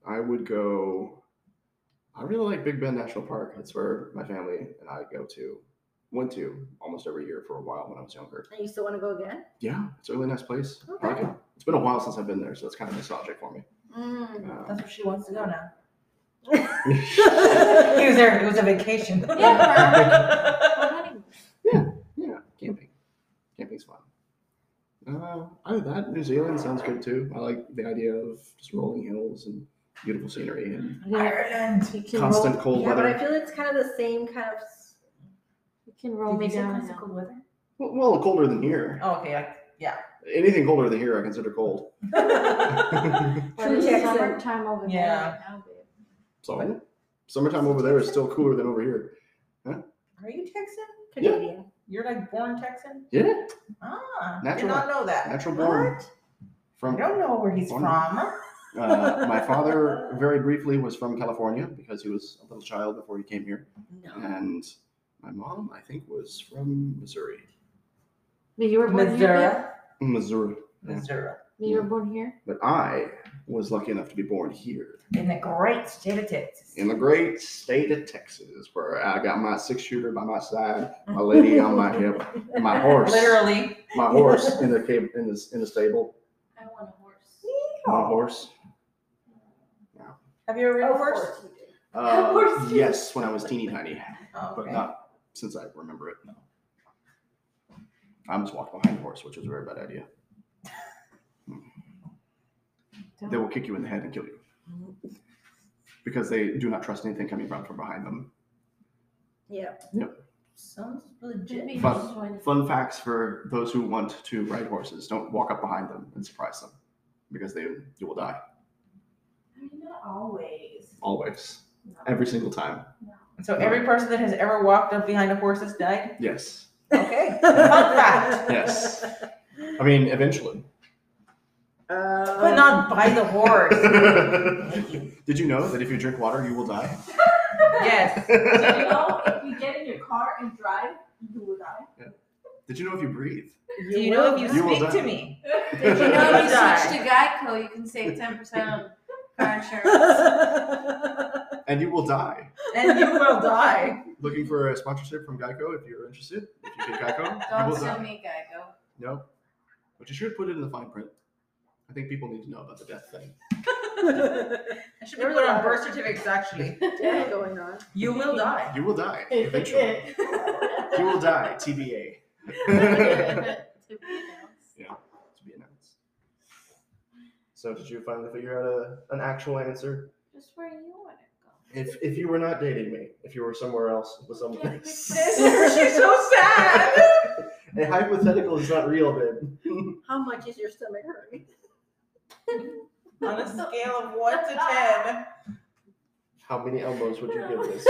Speaker 2: I would go. I really like Big Bend National Park. It's where my family and I go to, went to almost every year for a while when I was younger.
Speaker 4: And you still want to go again?
Speaker 2: Yeah, it's a really nice place. I like it. It's been a while since I've been there, so it's kind of nostalgic for me. Um,
Speaker 3: That's where she wants to go now.
Speaker 4: Mm.
Speaker 3: He was there. It was a vacation.
Speaker 1: Yeah.
Speaker 2: yeah, camping. Camping's fun. Uh, other than that, New Zealand sounds good too. I like the idea of just rolling hills and beautiful scenery and
Speaker 3: Ireland.
Speaker 1: You can roll,
Speaker 2: constant cold
Speaker 4: yeah, but I
Speaker 2: weather.
Speaker 4: feel it's kind of the same kind of. s-
Speaker 1: you can roll me down. now.
Speaker 3: cold weather?
Speaker 2: Well, well, colder than here.
Speaker 3: Oh, okay. I, yeah.
Speaker 2: Anything colder than here, I consider cold.
Speaker 1: But
Speaker 4: True
Speaker 1: it's
Speaker 4: Texan.
Speaker 1: summertime over
Speaker 3: Yeah.
Speaker 1: there. now, babe.
Speaker 2: So, summertime over there is still cooler than over here.
Speaker 3: Are you Texan?
Speaker 4: Canadian.
Speaker 3: You're like born Texan?
Speaker 2: Yeah,
Speaker 3: Ah,
Speaker 2: Natural.
Speaker 3: did not know that.
Speaker 2: natural born.
Speaker 3: I
Speaker 2: From
Speaker 3: don't know where he's
Speaker 2: Born.
Speaker 3: from.
Speaker 2: uh, my father, very briefly, was from California because he was a little child before he came here,
Speaker 4: No.
Speaker 2: and my mom, I think, was from Missouri.
Speaker 1: But you were born here.
Speaker 3: Missouri.
Speaker 1: babe?
Speaker 2: Missouri. Yeah.
Speaker 3: Missouri.
Speaker 1: But You were born here.
Speaker 2: But I was lucky enough to be born here
Speaker 3: In the great state of Texas.
Speaker 2: in the great state of Texas, where I got my six shooter by my side, my lady on my hip, my horse,
Speaker 3: Literally.
Speaker 2: my horse in the cab- in the in the stable,
Speaker 6: I want a horse.
Speaker 2: my horse.
Speaker 3: Have you ever ridden a
Speaker 4: Of
Speaker 3: horse?
Speaker 4: course you
Speaker 2: Uh,
Speaker 4: do.
Speaker 2: yes, when I was teeny tiny,
Speaker 3: Oh,
Speaker 2: but
Speaker 3: okay.
Speaker 2: not since I remember it. No, I almost walked behind a horse, which was a very bad idea. They will kick you in the head and kill you because they do not trust anything coming from from behind them.
Speaker 4: Yeah.
Speaker 3: Sounds legit.
Speaker 2: But- Fun facts for those who want to ride horses: don't walk up behind them and surprise them because they you will die
Speaker 6: I mean, not always.
Speaker 2: always,
Speaker 6: No.
Speaker 2: every single time.
Speaker 3: So every person that has ever walked up behind a horse has died?
Speaker 2: Yes,
Speaker 3: Okay. Fun fact.
Speaker 2: yes. I mean, eventually.
Speaker 4: Uh,
Speaker 3: But not by the horse.
Speaker 2: Did you know that if you drink water, you will die?
Speaker 3: yes.
Speaker 6: you know, if you get in your car and drive, you will die.
Speaker 2: Did you know if you breathe?
Speaker 3: Do you know if you
Speaker 2: You will
Speaker 3: speak to
Speaker 2: die.
Speaker 3: me?
Speaker 1: Did you know if you
Speaker 3: Die.
Speaker 1: switch to Geico, you can save ten percent on car insurance?
Speaker 3: and
Speaker 2: and you will die.
Speaker 3: you will die.
Speaker 2: Looking for a sponsorship from Geico if you're interested. If you get Geico, you
Speaker 1: Don't
Speaker 2: will
Speaker 1: sue
Speaker 2: die.
Speaker 1: me, Geico.
Speaker 2: No. But you should put it in the fine print. I think people need to know about the death thing.
Speaker 3: I should be put on birth certificates, actually.
Speaker 4: What's going on?
Speaker 3: You will die.
Speaker 2: You will die eventually. you will die, TBA. to be announced. So, did you finally figure out a, an actual answer?
Speaker 1: Just where you want to
Speaker 2: If, if you were not dating me, if you were somewhere else with someone
Speaker 3: She's so sad.
Speaker 2: a hypothetical is not real, babe.
Speaker 4: How much is your stomach hurting?
Speaker 3: on a scale of one to ten.
Speaker 2: How many elbows would you give this?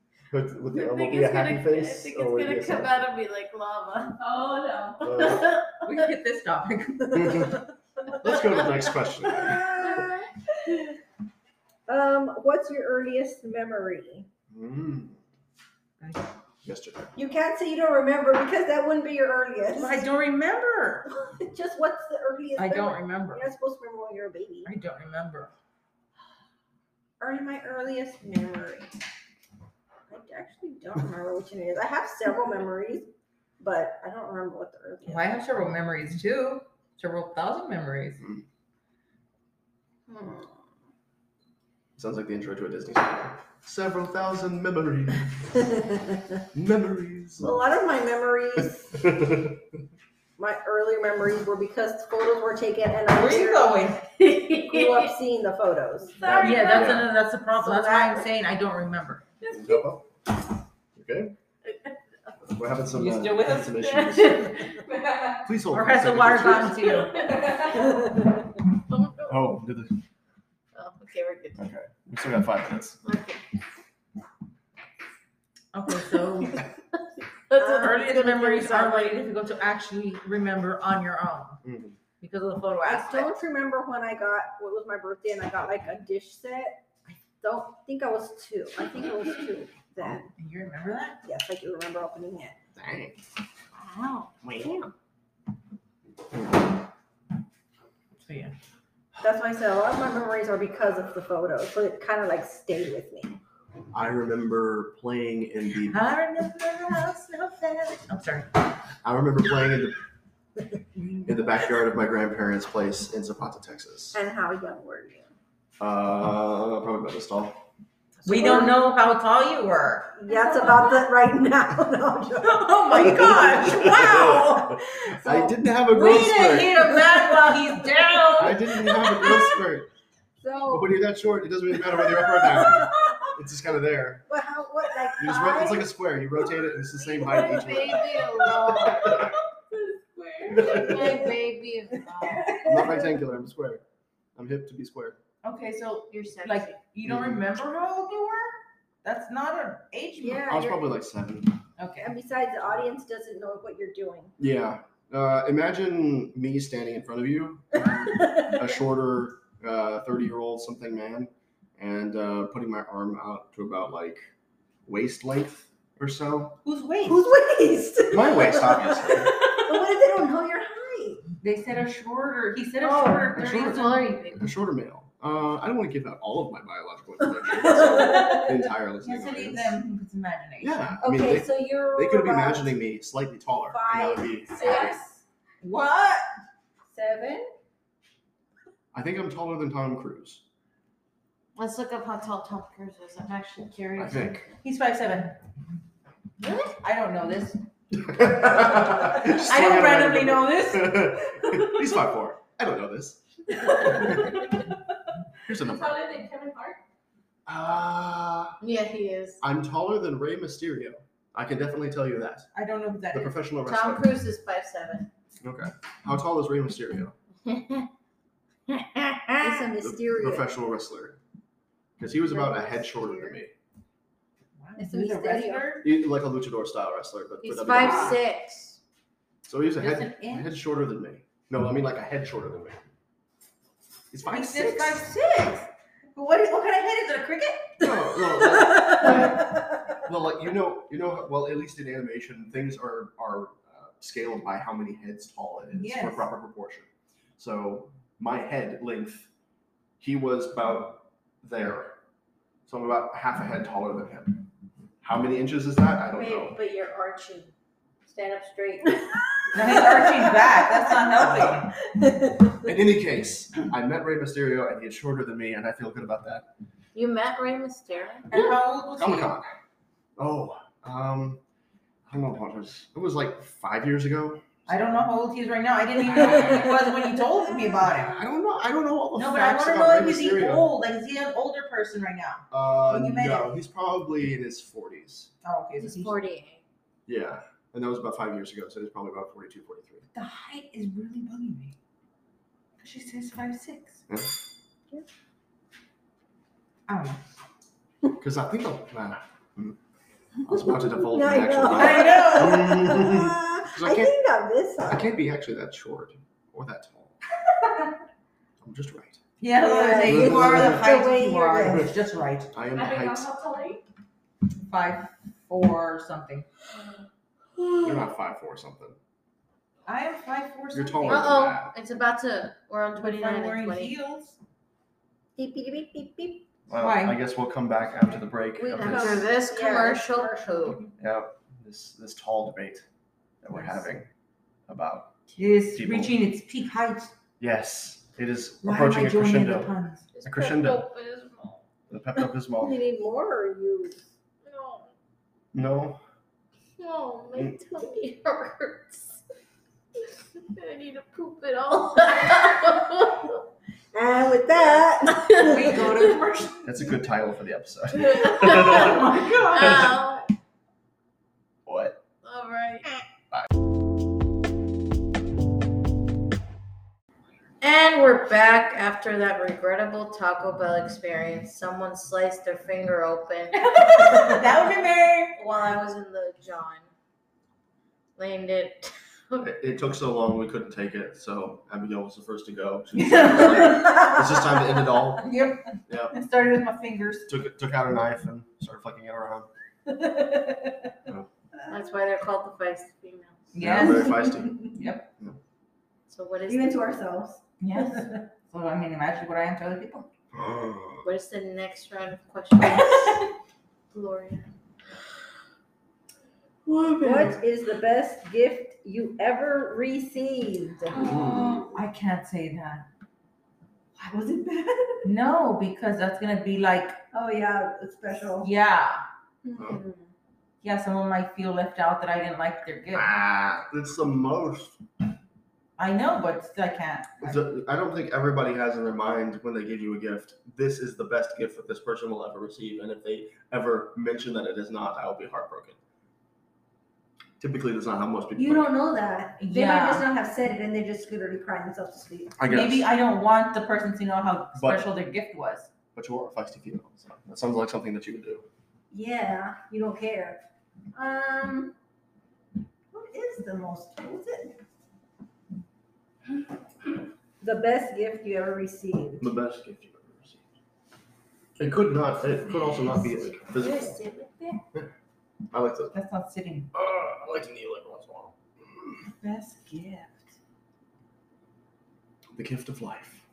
Speaker 2: would, would the
Speaker 1: go.
Speaker 2: elbow be a happy
Speaker 1: gonna,
Speaker 2: face?
Speaker 1: I think
Speaker 2: or would it be a
Speaker 1: it's gonna come
Speaker 2: sad-
Speaker 1: out of me like lava.
Speaker 6: Oh no.
Speaker 2: Uh,
Speaker 3: We can hit this topic.
Speaker 2: Let's go to the next question.
Speaker 4: Um, what's your earliest memory?
Speaker 2: Mm. Yesterday.
Speaker 4: You can't say you don't remember because that wouldn't be your earliest.
Speaker 3: I don't remember.
Speaker 4: Just what's the earliest?
Speaker 3: I don't
Speaker 4: memory?
Speaker 3: remember.
Speaker 4: You're not supposed to remember when you're a baby.
Speaker 3: I don't remember.
Speaker 4: Early my earliest memory. I actually don't remember which it is. I have several memories, but I don't remember what the earliest.
Speaker 3: Well, I have several memories too. Several thousand memories.
Speaker 4: Hmm.
Speaker 2: Sounds like the intro to a Disney song. Several thousand memories. Memories.
Speaker 4: a lot of my memories, my early memories, were because photos were taken, and I
Speaker 3: Where are you
Speaker 4: grew
Speaker 3: going?
Speaker 4: up seeing the photos.
Speaker 6: Sorry,
Speaker 3: yeah, that's
Speaker 2: Yeah.
Speaker 3: another that's the problem.
Speaker 4: So
Speaker 3: that's why
Speaker 4: that-
Speaker 3: I'm saying I don't remember.
Speaker 2: Thumbs up, up. Okay. We're having some,
Speaker 3: You
Speaker 2: uh,
Speaker 3: still with us?
Speaker 2: some issues. Please hold.
Speaker 3: Or
Speaker 2: for a
Speaker 3: has the
Speaker 2: second.
Speaker 3: water gotten to you?
Speaker 2: Oh, did the-
Speaker 1: Oh, okay, we're good.
Speaker 2: okay. We still got five minutes.
Speaker 1: Okay.
Speaker 3: Okay, so
Speaker 1: That's
Speaker 4: Um,
Speaker 1: what-
Speaker 3: earliest
Speaker 1: gonna
Speaker 3: memories
Speaker 1: take
Speaker 3: are
Speaker 1: time.
Speaker 3: very difficult to actually remember on your own
Speaker 2: Mhm.
Speaker 3: because of the photo
Speaker 4: I
Speaker 3: aspect.
Speaker 4: don't remember when I got what was my birthday and I got like a dish set. I don't think I was two. I think I was two then.
Speaker 3: And You remember that?
Speaker 4: Yes, I do remember opening it.
Speaker 2: Dang.
Speaker 1: Wow.
Speaker 3: So yeah.
Speaker 4: That's why I said a lot of my memories are because of the photo. So it kind of like stayed with me.
Speaker 2: I remember playing in the.
Speaker 3: I remember the house no fairy. I'm sorry.
Speaker 2: I remember playing in the in the backyard of my grandparents' place in Zapata, Texas.
Speaker 4: And how young were you?
Speaker 2: Uh, probably about this tall.
Speaker 3: We don't know how tall you were.
Speaker 4: Yeah, it's about that right now. No, I'm joking.
Speaker 3: Oh my gosh! Wow.
Speaker 2: I didn't have a
Speaker 3: We
Speaker 2: growth
Speaker 3: didn't
Speaker 2: spurt.
Speaker 3: hit a man while he's
Speaker 2: I
Speaker 3: down.
Speaker 2: didn't have a growth spurt. But
Speaker 4: So,
Speaker 2: when you're that short, it doesn't really matter whether you're up or down. It's just kind of there.
Speaker 4: but how, what, like,
Speaker 2: You just ro- it's
Speaker 4: five?
Speaker 2: like a square. You rotate it, and it's the same height each way.
Speaker 1: Baby alone.
Speaker 2: I'm
Speaker 1: My baby alone.
Speaker 2: not rectangular. I'm a square. I'm hip to be square.
Speaker 3: Okay, so
Speaker 1: You're sexy.
Speaker 3: like you don't
Speaker 2: Mhm.
Speaker 3: remember how old you were? That's not an age.
Speaker 4: Yeah,
Speaker 2: I was
Speaker 4: you're-
Speaker 2: probably like seven.
Speaker 3: Okay.
Speaker 4: and besides, the audience doesn't know what you're doing.
Speaker 2: Yeah. Uh, imagine me standing in front of you, a shorter, uh, thirty-year-old something man, and uh, putting my arm out to about like waist length or so.
Speaker 3: Who's wait?
Speaker 4: Who's waist?
Speaker 2: My waist, obviously.
Speaker 4: But what if they don't know your height?
Speaker 3: They said a shorter. He said a
Speaker 1: Oh,
Speaker 3: shorter.
Speaker 2: a
Speaker 3: 30.
Speaker 1: How tall are you, baby?
Speaker 2: A shorter male. Uh, I don't want to give out all of my biological information to the entire listening
Speaker 3: Just leave
Speaker 2: audience.
Speaker 3: them with imagination.
Speaker 2: Yeah, I mean,
Speaker 4: Okay,
Speaker 2: they,
Speaker 4: so you're. uh,
Speaker 2: they could be
Speaker 4: about
Speaker 2: imagining me slightly taller. and that would be
Speaker 4: Five,
Speaker 2: fine.
Speaker 4: six,
Speaker 3: What?
Speaker 4: seven.
Speaker 2: I think I'm taller than Tom Cruise.
Speaker 1: Let's look up how tall Tom Cruise is. I'm actually
Speaker 2: I
Speaker 1: curious.
Speaker 2: think.
Speaker 3: He's five seven.
Speaker 1: Really?
Speaker 3: I don't know this.
Speaker 2: Just
Speaker 3: I
Speaker 2: throwing
Speaker 3: don't
Speaker 2: out
Speaker 3: randomly
Speaker 2: a
Speaker 3: know this.
Speaker 2: number. He's five four. I don't know this. Here's a number.
Speaker 6: Taller than Kevin Hart?
Speaker 2: Uh,
Speaker 1: Yeah, he is.
Speaker 2: I'm taller than Rey Mysterio. I can definitely tell you that.
Speaker 3: I don't know who that
Speaker 2: The
Speaker 3: is.
Speaker 2: professional
Speaker 1: Tom
Speaker 2: wrestler.
Speaker 1: Cruise is five seven.
Speaker 2: Okay. How tall is Rey Mysterio?
Speaker 4: It's a
Speaker 1: Listen,
Speaker 2: The
Speaker 4: mysterious.
Speaker 2: professional wrestler. Because he was about a head shorter than me.
Speaker 4: It's a
Speaker 3: He's
Speaker 4: Mysterio.
Speaker 3: wrestler.
Speaker 2: He- like a luchador style wrestler, but for
Speaker 1: he's
Speaker 2: WWE.
Speaker 1: five six.
Speaker 2: So he was a
Speaker 3: Just
Speaker 2: head,
Speaker 3: an
Speaker 2: a
Speaker 3: inch?
Speaker 2: head shorter than me. No, I mean like a head shorter than me. He's five
Speaker 3: He's
Speaker 2: six.
Speaker 3: just five six. But What, what kind of head is it? A cricket?
Speaker 2: No, no, like- well, like you know, you know. how- Well, at least in animation, things are are uh, scaled by how many heads tall it is for
Speaker 3: Yes.
Speaker 2: proper proportion. So my head length, he was about there, so I'm about half a head taller than him. How many inches is that? I don't
Speaker 1: Wait,
Speaker 2: know.
Speaker 1: but you're arching. Stand up straight.
Speaker 3: No, he's arching back. That's not helping.
Speaker 2: In any case, I met Rey Mysterio and he is shorter than me, and I feel good about that.
Speaker 1: You met Ray Mysterio?
Speaker 3: And how old was he?
Speaker 2: Comic Con. Oh, um, I don't know what it was. It was like five years ago.
Speaker 3: I don't know how old he is right now. I didn't even know who he was when you told me about him.
Speaker 2: I don't know. I don't know all the
Speaker 3: No, but I
Speaker 2: facts
Speaker 3: want to
Speaker 2: about
Speaker 3: know
Speaker 2: Rey
Speaker 3: if he's
Speaker 2: Mysterio.
Speaker 3: old. Like, is he an older person right now?
Speaker 2: Uh,
Speaker 3: When you met
Speaker 2: no, he's probably in his 40s.
Speaker 3: Oh, okay. So
Speaker 1: He's
Speaker 3: he's
Speaker 1: forty eight.
Speaker 2: Yeah. And that was about five years ago, so he's probably about 42, 43.
Speaker 3: The height is really bugging me. She says five six.
Speaker 2: Yeah.
Speaker 3: I don't know.
Speaker 2: Because I think I'll, uh, hmm. I was about to divulge
Speaker 4: Yeah,
Speaker 2: my
Speaker 4: I know.
Speaker 2: actual
Speaker 3: I know.
Speaker 4: I
Speaker 2: Because I can't,
Speaker 4: think on this
Speaker 2: I
Speaker 4: one.
Speaker 2: can't be actually that short or that tall. I'm just right.
Speaker 3: Yeah, I was gonna say, you are the
Speaker 2: The
Speaker 3: height
Speaker 4: way
Speaker 3: you
Speaker 4: you're
Speaker 3: are.
Speaker 2: at.
Speaker 3: It's just right.
Speaker 2: I am the
Speaker 6: I don't know
Speaker 2: height.
Speaker 6: how tall are you?
Speaker 3: Five four something.
Speaker 2: You're not five four something.
Speaker 3: I am five four
Speaker 2: You're
Speaker 3: something.
Speaker 2: taller.
Speaker 1: Uh oh, it's about to. We're on
Speaker 3: But
Speaker 1: twenty
Speaker 3: if I'm
Speaker 1: nine and
Speaker 3: wearing
Speaker 1: twenty.
Speaker 3: heels,
Speaker 4: Beep, beep, beep, beep, beep.
Speaker 2: Well,
Speaker 3: Why?
Speaker 2: I guess we'll come back after the break.
Speaker 4: We
Speaker 2: of
Speaker 4: can
Speaker 1: After
Speaker 2: this,
Speaker 4: come-
Speaker 1: this
Speaker 4: Yeah,
Speaker 1: commercial
Speaker 4: commercial.
Speaker 1: poop.
Speaker 2: yeah, this this tall debate that we're
Speaker 3: Yes.
Speaker 2: having about
Speaker 3: it is
Speaker 2: People.
Speaker 3: reaching its peak height.
Speaker 2: yes, it is
Speaker 3: Why am
Speaker 2: approaching
Speaker 3: I
Speaker 2: a
Speaker 3: joining the
Speaker 2: crescendo.
Speaker 3: puns?
Speaker 2: A crescendo. The Pepto
Speaker 4: You
Speaker 2: Bismol.
Speaker 4: need more or you?
Speaker 1: No,
Speaker 2: No,
Speaker 1: no,
Speaker 2: my
Speaker 1: tummy hurts. I need to poop it all out.
Speaker 4: And with that,
Speaker 3: we go to commercial.
Speaker 2: That's a good title for the episode.
Speaker 3: Oh my god.
Speaker 4: Uh.
Speaker 1: Oh,
Speaker 2: what?
Speaker 1: all right. And we're back after that regrettable Taco Bell experience. Someone sliced their finger open
Speaker 4: that would be Mary.
Speaker 1: while I was in the John. Leaned it.
Speaker 2: It, it took so long we couldn't take it, so Abigail was the first to go. She was like, it's
Speaker 4: it's
Speaker 2: just time to end it all.
Speaker 3: Yep.
Speaker 2: Yep.
Speaker 3: It started with my fingers.
Speaker 2: Took took out a knife and started flicking it around.
Speaker 1: That's why they're called the feisty females.
Speaker 2: Yeah,
Speaker 3: Yes.
Speaker 2: very feisty.
Speaker 3: Yep.
Speaker 1: So what is
Speaker 4: Even
Speaker 1: the,
Speaker 4: to ourselves.
Speaker 3: Yes. So I mean, imagine what I am to other people.
Speaker 1: what is the next round of questions, Gloria?
Speaker 4: What is the best gift you ever received?
Speaker 3: I can't say that.
Speaker 4: Why was it bad?
Speaker 3: No, because that's gonna be like,
Speaker 4: Oh yeah, it's special.
Speaker 3: yeah,
Speaker 4: Mm.
Speaker 3: yeah. Someone might feel left out that I didn't like their gift.
Speaker 2: Ah, it's the most.
Speaker 3: I know, but still I can't.
Speaker 2: So, I don't think everybody has in their mind when they give you a gift, this is the best gift that this person will ever receive. And if they ever mention that it is not, I will be heartbroken. Typically, that's not how most people.
Speaker 4: You
Speaker 2: think.
Speaker 4: don't know that. They might
Speaker 3: Yeah.
Speaker 4: just not have said it, and they just literally crying themselves to sleep.
Speaker 2: I guess.
Speaker 3: Maybe I don't want the person to know how
Speaker 2: But-
Speaker 3: special their gift was.
Speaker 2: but you are a feisty female. So that sounds like something that you would do.
Speaker 4: Yeah, you don't care. Um, what is the most? What's it? The best gift you ever received.
Speaker 2: The best gift you've ever received. It could not. It could also not be like physical.
Speaker 1: Yes, it-
Speaker 2: I like to.
Speaker 3: That's not sitting.
Speaker 2: Uh, I like to kneel every once in a while.
Speaker 3: Best gift.
Speaker 2: The gift of life.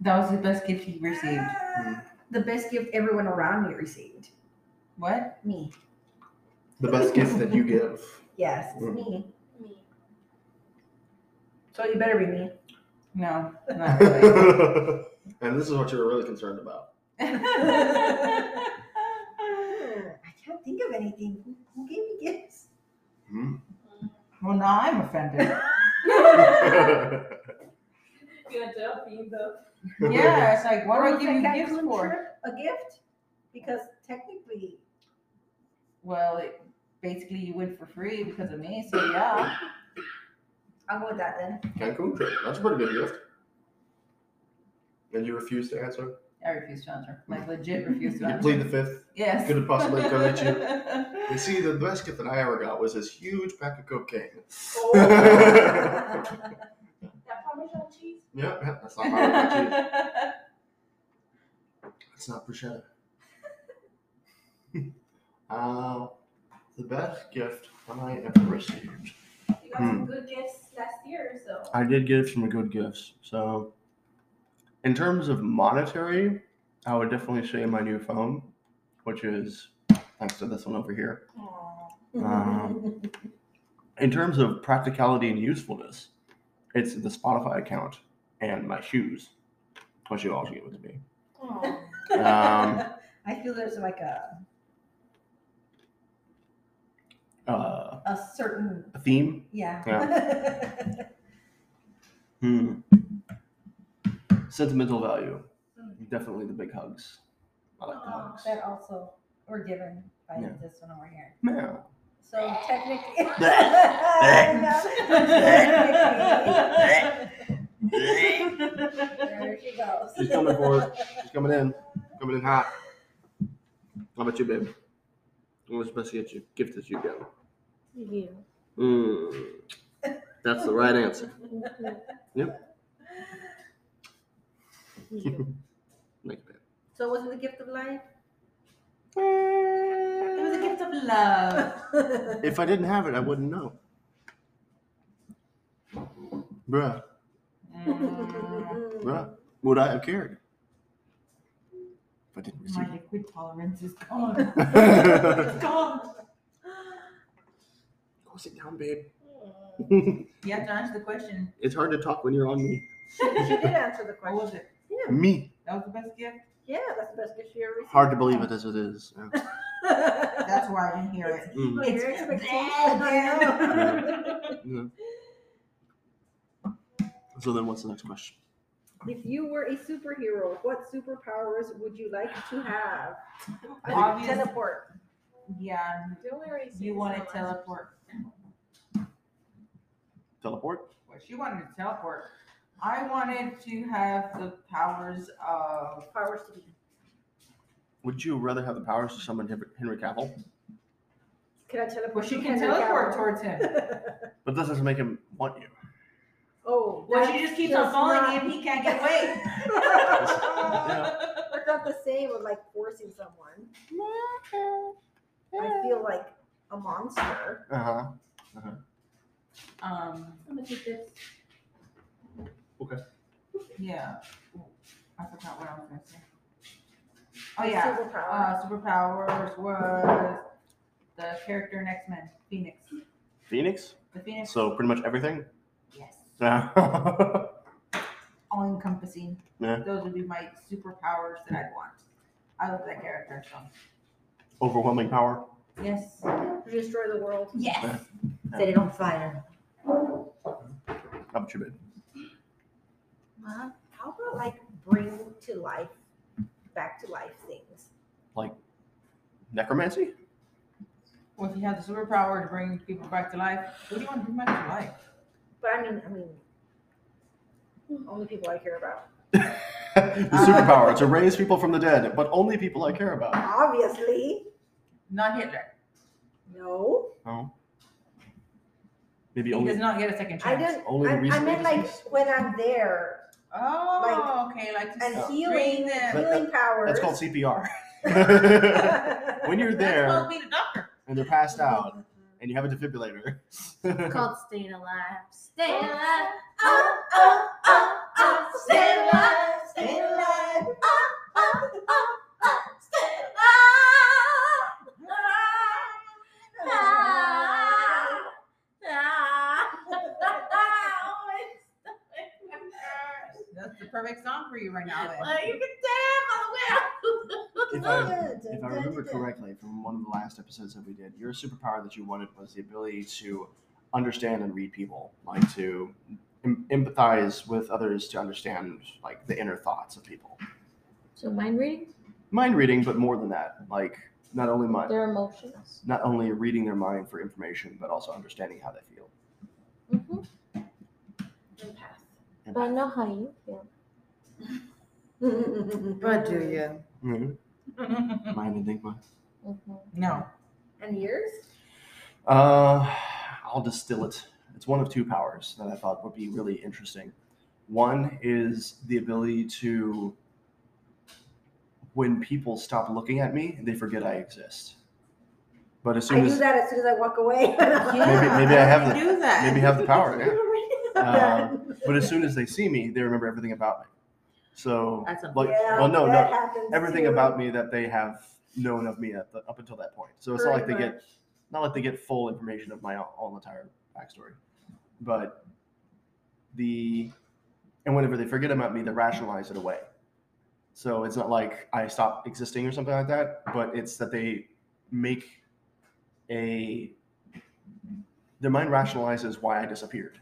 Speaker 3: That was the best gift he received.
Speaker 4: The best gift everyone around me received.
Speaker 3: What?
Speaker 4: Me.
Speaker 2: The best gift that you give.
Speaker 4: Yes, it's
Speaker 2: Mm.
Speaker 4: me.
Speaker 6: Me.
Speaker 4: So you better be me.
Speaker 3: No, not really.
Speaker 2: and this is what you were really concerned about.
Speaker 4: I can't think of anything. Who, who gave me gifts?
Speaker 2: Hmm?
Speaker 3: well, now I'm offended.
Speaker 6: You're jumping though.
Speaker 3: Yeah, it's like, what do I give
Speaker 4: Like,
Speaker 3: you
Speaker 4: I
Speaker 3: gifts
Speaker 4: couldn't
Speaker 3: for?
Speaker 4: trip A gift? Because technically,
Speaker 3: Well, it, basically, you went for free because of me, so yeah.
Speaker 4: I'll go with that then.
Speaker 2: Cancun trip. That's a pretty good gift. And you refuse to answer.
Speaker 3: I refuse to answer. Like, legit refuse to
Speaker 2: You
Speaker 3: answer.
Speaker 2: plead the fifth.
Speaker 3: Yes.
Speaker 2: Could it possibly come at you? You
Speaker 3: you?
Speaker 2: see, the best gift that I ever got was this huge pack of cocaine.
Speaker 6: That Parmesan cheese.
Speaker 2: yeah, that's not my cheese. It's not bruschetta. uh, the best gift I ever received.
Speaker 6: You got some good gifts last year or so.
Speaker 2: I did get some good gifts. So, in terms of monetary, I would definitely say my new phone, which is thanks to this one over here. Um, in terms of practicality and usefulness, it's the Spotify account and my shoes, which you also gave it to me. Um,
Speaker 4: I feel there's like a,
Speaker 2: uh,
Speaker 4: a certain
Speaker 2: a theme.
Speaker 4: yeah.
Speaker 2: Hmm. Sentimental value. Definitely the big hugs. I like the
Speaker 6: Aw,
Speaker 2: hugs.
Speaker 4: Uh, that also were given by
Speaker 2: Yeah.
Speaker 4: this one over here.
Speaker 2: Yeah.
Speaker 4: So technically, there she goes.
Speaker 2: She's coming for us. She's coming in. Coming in hot. How about you, babe? What's the best gift you, gift that you got?
Speaker 1: You.
Speaker 2: Mm, that's the right answer.
Speaker 1: You.
Speaker 2: Thank you, babe.
Speaker 4: So was it the gift of life?
Speaker 3: It was a gift of love.
Speaker 2: If I didn't have it, I wouldn't know. Bruh,
Speaker 3: Mm,
Speaker 2: bruh. Would I have cared? If I didn't
Speaker 3: my
Speaker 2: receive
Speaker 3: liquid tolerance is gone.
Speaker 2: it.
Speaker 3: gone.
Speaker 2: Go sit down, babe.
Speaker 3: You have to answer the question.
Speaker 2: it's hard to talk when you're on me.
Speaker 4: she did answer the
Speaker 3: What
Speaker 4: question.
Speaker 3: was it?
Speaker 2: Me.
Speaker 3: That was the best gift?
Speaker 4: Yeah, that's the best gift she ever received.
Speaker 2: Hard to believe it as it is. Yeah.
Speaker 3: That's why I didn't hear it.
Speaker 2: Mm.
Speaker 4: It's
Speaker 3: It's
Speaker 4: expectation.
Speaker 3: bad.
Speaker 2: Yeah. So then, what's the next question?
Speaker 4: If you were a superhero, what superpowers would you like to have?
Speaker 2: I think-
Speaker 3: Obvious-
Speaker 4: Teleport.
Speaker 3: Yeah, you want to teleport.
Speaker 2: Teleport?
Speaker 3: Well, she wanted to teleport. I wanted to have the powers of
Speaker 4: Powers to be.
Speaker 2: Would you rather have the powers to summon Hen- Henry Cavill?
Speaker 4: Can I teleport?
Speaker 3: well, she
Speaker 4: to
Speaker 3: can
Speaker 4: Henry
Speaker 3: teleport
Speaker 4: Cavill?
Speaker 3: towards him.
Speaker 2: But that doesn't make him want you.
Speaker 4: Oh,
Speaker 3: Well, she
Speaker 4: that's
Speaker 3: just keeps on
Speaker 4: just
Speaker 3: following
Speaker 4: not-
Speaker 3: him. He can't get away.
Speaker 2: Yeah.
Speaker 4: It's not the same with like forcing someone. I feel like a monster.
Speaker 2: Uh huh.
Speaker 3: Um,
Speaker 6: I'm gonna take this.
Speaker 3: yeah. I forgot what I was gonna say. Oh yeah.
Speaker 4: Superpower.
Speaker 3: Uh, superpowers was the character in X Men, Phoenix.
Speaker 2: Phoenix?
Speaker 3: The Phoenix.
Speaker 2: So pretty much everything?
Speaker 3: Yes.
Speaker 2: Yeah.
Speaker 3: All encompassing.
Speaker 2: Yeah.
Speaker 3: Those would be my superpowers that I'd want. I love that character so.
Speaker 2: Overwhelming power.
Speaker 3: Yes.
Speaker 4: Destroy the world.
Speaker 3: Uh, Yes.
Speaker 7: Set it on fire.
Speaker 2: How about you, babe?
Speaker 4: Huh? How about like bring to life, back to life things?
Speaker 2: Necromancy?
Speaker 3: Well, if you had the superpower to bring people back to life, what do you want to bring back to life?
Speaker 4: But I mean, I mean, only people I care about.
Speaker 2: the superpower to raise people from the dead, but only people I care about.
Speaker 4: Obviously,
Speaker 3: Not Hitler.
Speaker 4: no.
Speaker 2: Oh. Maybe
Speaker 3: He does
Speaker 2: only.
Speaker 3: not get a second
Speaker 4: I
Speaker 3: chance.
Speaker 4: didn't.
Speaker 2: Only
Speaker 4: I,
Speaker 2: the
Speaker 4: I meant like
Speaker 2: resources.
Speaker 4: when I'm there
Speaker 3: Oh, okay. Like
Speaker 4: and
Speaker 3: to
Speaker 4: healing,
Speaker 3: healing them.
Speaker 2: But-
Speaker 4: healing powers.
Speaker 2: That's called CPR. when you're
Speaker 3: That's
Speaker 2: there
Speaker 3: called being a doctor.
Speaker 2: and they're passed out and you have a defibrillator.
Speaker 1: Called staying alive. Staying alive.
Speaker 4: Uh,
Speaker 5: Oh, oh, oh, oh, stay alive,
Speaker 4: Stay alive.
Speaker 5: oh, oh, oh, stay alive. Ah, ah, ah.
Speaker 3: That's the perfect song for you right now. Then.
Speaker 5: Well, you can dance
Speaker 2: if, I, if I remember correctly from one of the last episodes that we did, your superpower that you wanted was the ability to understand and read people, like to em- empathize with others to understand like the inner thoughts of people.
Speaker 1: So mind reading
Speaker 2: Mind reading, but more than that, like not only mind,
Speaker 1: their emotions.
Speaker 2: not only reading their mind for information, but also understanding how they feel.
Speaker 1: Mm-hmm.
Speaker 4: Empath.
Speaker 1: But I know how you feel.
Speaker 7: But do you?
Speaker 2: Mhm. Mind enigma.
Speaker 1: Mm-hmm.
Speaker 3: no.
Speaker 4: And yours?
Speaker 2: Uh, I'll distill it. It's one of two powers that I thought would be really interesting. One is the ability to, when people stop looking at me, they forget I exist. But as
Speaker 4: I
Speaker 2: soon
Speaker 4: do
Speaker 2: as
Speaker 4: that as soon as I walk away.
Speaker 2: maybe I have
Speaker 3: to do that.
Speaker 2: maybe have the power, yeah. Uh, but as soon as they see me, they remember everything about me. So,
Speaker 7: That's a
Speaker 2: like,
Speaker 4: Yeah,
Speaker 2: well, no,
Speaker 4: that
Speaker 2: no,
Speaker 4: happens
Speaker 2: everything
Speaker 4: too.
Speaker 2: about me that they have known of me at the, up until that point. So it's not like
Speaker 4: Pretty
Speaker 2: they get
Speaker 4: much.
Speaker 2: not like they get full information of my all entire backstory, but the and whenever they forget about me, they rationalize it away. So it's not like I stop existing or something like that, but it's that they make a their mind rationalizes why I disappeared.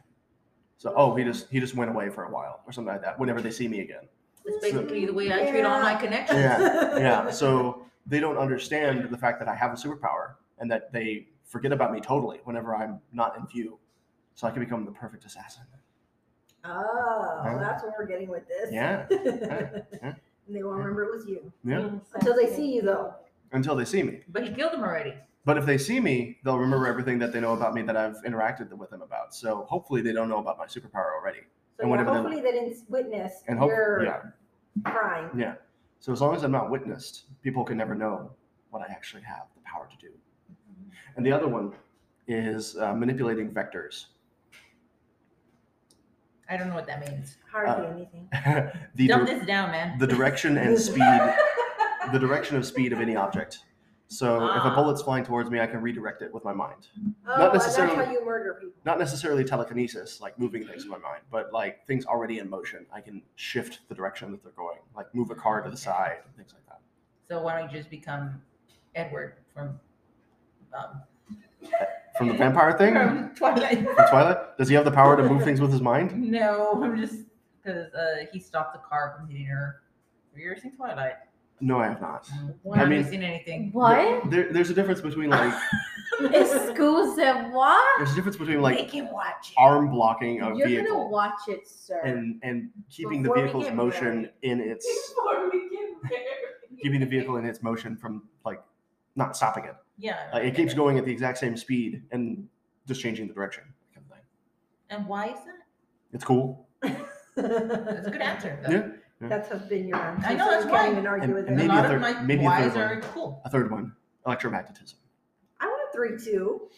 Speaker 2: So oh, he just he just went away for a while or something like that. Whenever they see me again,
Speaker 7: That's basically the way I treat all my connections.
Speaker 2: yeah, yeah. So they don't understand the fact that I have a superpower and that they forget about me totally whenever I'm not in view. So I can become the perfect assassin.
Speaker 4: Oh,
Speaker 2: Huh?
Speaker 4: that's what we're getting with this.
Speaker 2: Yeah.
Speaker 4: and they won't remember it was you
Speaker 2: Yeah.
Speaker 4: until they see you, though.
Speaker 2: Until they see me.
Speaker 7: But he killed him already.
Speaker 2: But if they see me, they'll remember everything that they know about me that I've interacted with them about. So hopefully they don't know about my superpower already.
Speaker 4: So
Speaker 2: And
Speaker 4: yeah,
Speaker 2: whatever they-
Speaker 4: hopefully they didn't witness
Speaker 2: And hope
Speaker 4: your
Speaker 2: yeah.
Speaker 4: crime.
Speaker 2: Yeah. So as long as I'm not witnessed, people can never know what I actually have the power to do. And the other one is uh, manipulating vectors.
Speaker 7: I don't know what that means.
Speaker 4: Hardly
Speaker 2: Uh,
Speaker 4: anything.
Speaker 2: the
Speaker 7: Dumb
Speaker 2: dir-
Speaker 7: this down, man.
Speaker 2: the direction and speed the direction of speed of any object so if a
Speaker 7: Ah.
Speaker 2: bullet's flying towards me i can redirect it with my mind
Speaker 4: Oh, And
Speaker 2: necessarily-
Speaker 4: that's how you murder people.
Speaker 2: not necessarily telekinesis like moving things in my mind but like things already in motion i can shift the direction that they're going like move a car to the side and things like that
Speaker 7: So why don't you just become Edward from um,
Speaker 2: from the vampire thing
Speaker 3: From Twilight.
Speaker 2: from twilight does he have the power to move things with his mind
Speaker 3: No, I'm just because uh, he stopped the car from hitting her. Have you ever seen Twilight?
Speaker 2: No, I have not.
Speaker 3: When
Speaker 2: I
Speaker 3: I
Speaker 2: mean-
Speaker 3: haven't seen anything.
Speaker 1: What?
Speaker 2: There, there's a difference between like
Speaker 1: Excuse what?
Speaker 2: there's a difference between like
Speaker 4: Make him watch it.
Speaker 2: arm blocking a
Speaker 1: You're gonna
Speaker 2: vehicle
Speaker 1: watch it, sir.
Speaker 2: and and keeping
Speaker 1: Before we
Speaker 2: the vehicle's
Speaker 1: get
Speaker 2: motion
Speaker 1: married.
Speaker 2: in its
Speaker 6: Before we get married.
Speaker 2: keeping the vehicle in its motion from like not stopping it.
Speaker 3: Yeah.
Speaker 2: Like, it
Speaker 3: okay.
Speaker 2: keeps going at the exact same speed and just changing the direction. kind of thing.
Speaker 3: And why is that?
Speaker 2: It's cool.
Speaker 3: That's a good answer. though.
Speaker 2: Yeah.
Speaker 4: That's has been your answer.
Speaker 3: I know,
Speaker 4: so
Speaker 3: that's
Speaker 4: you
Speaker 3: why.
Speaker 4: can't even argue
Speaker 2: And-
Speaker 4: with
Speaker 2: and
Speaker 4: it.
Speaker 3: A
Speaker 2: maybe
Speaker 3: lot
Speaker 2: a
Speaker 3: of
Speaker 2: third-
Speaker 3: my
Speaker 2: maybe a
Speaker 3: whys
Speaker 2: third
Speaker 3: are
Speaker 2: one.
Speaker 3: cool.
Speaker 2: A third one, electromagnetism.
Speaker 4: I want a three two.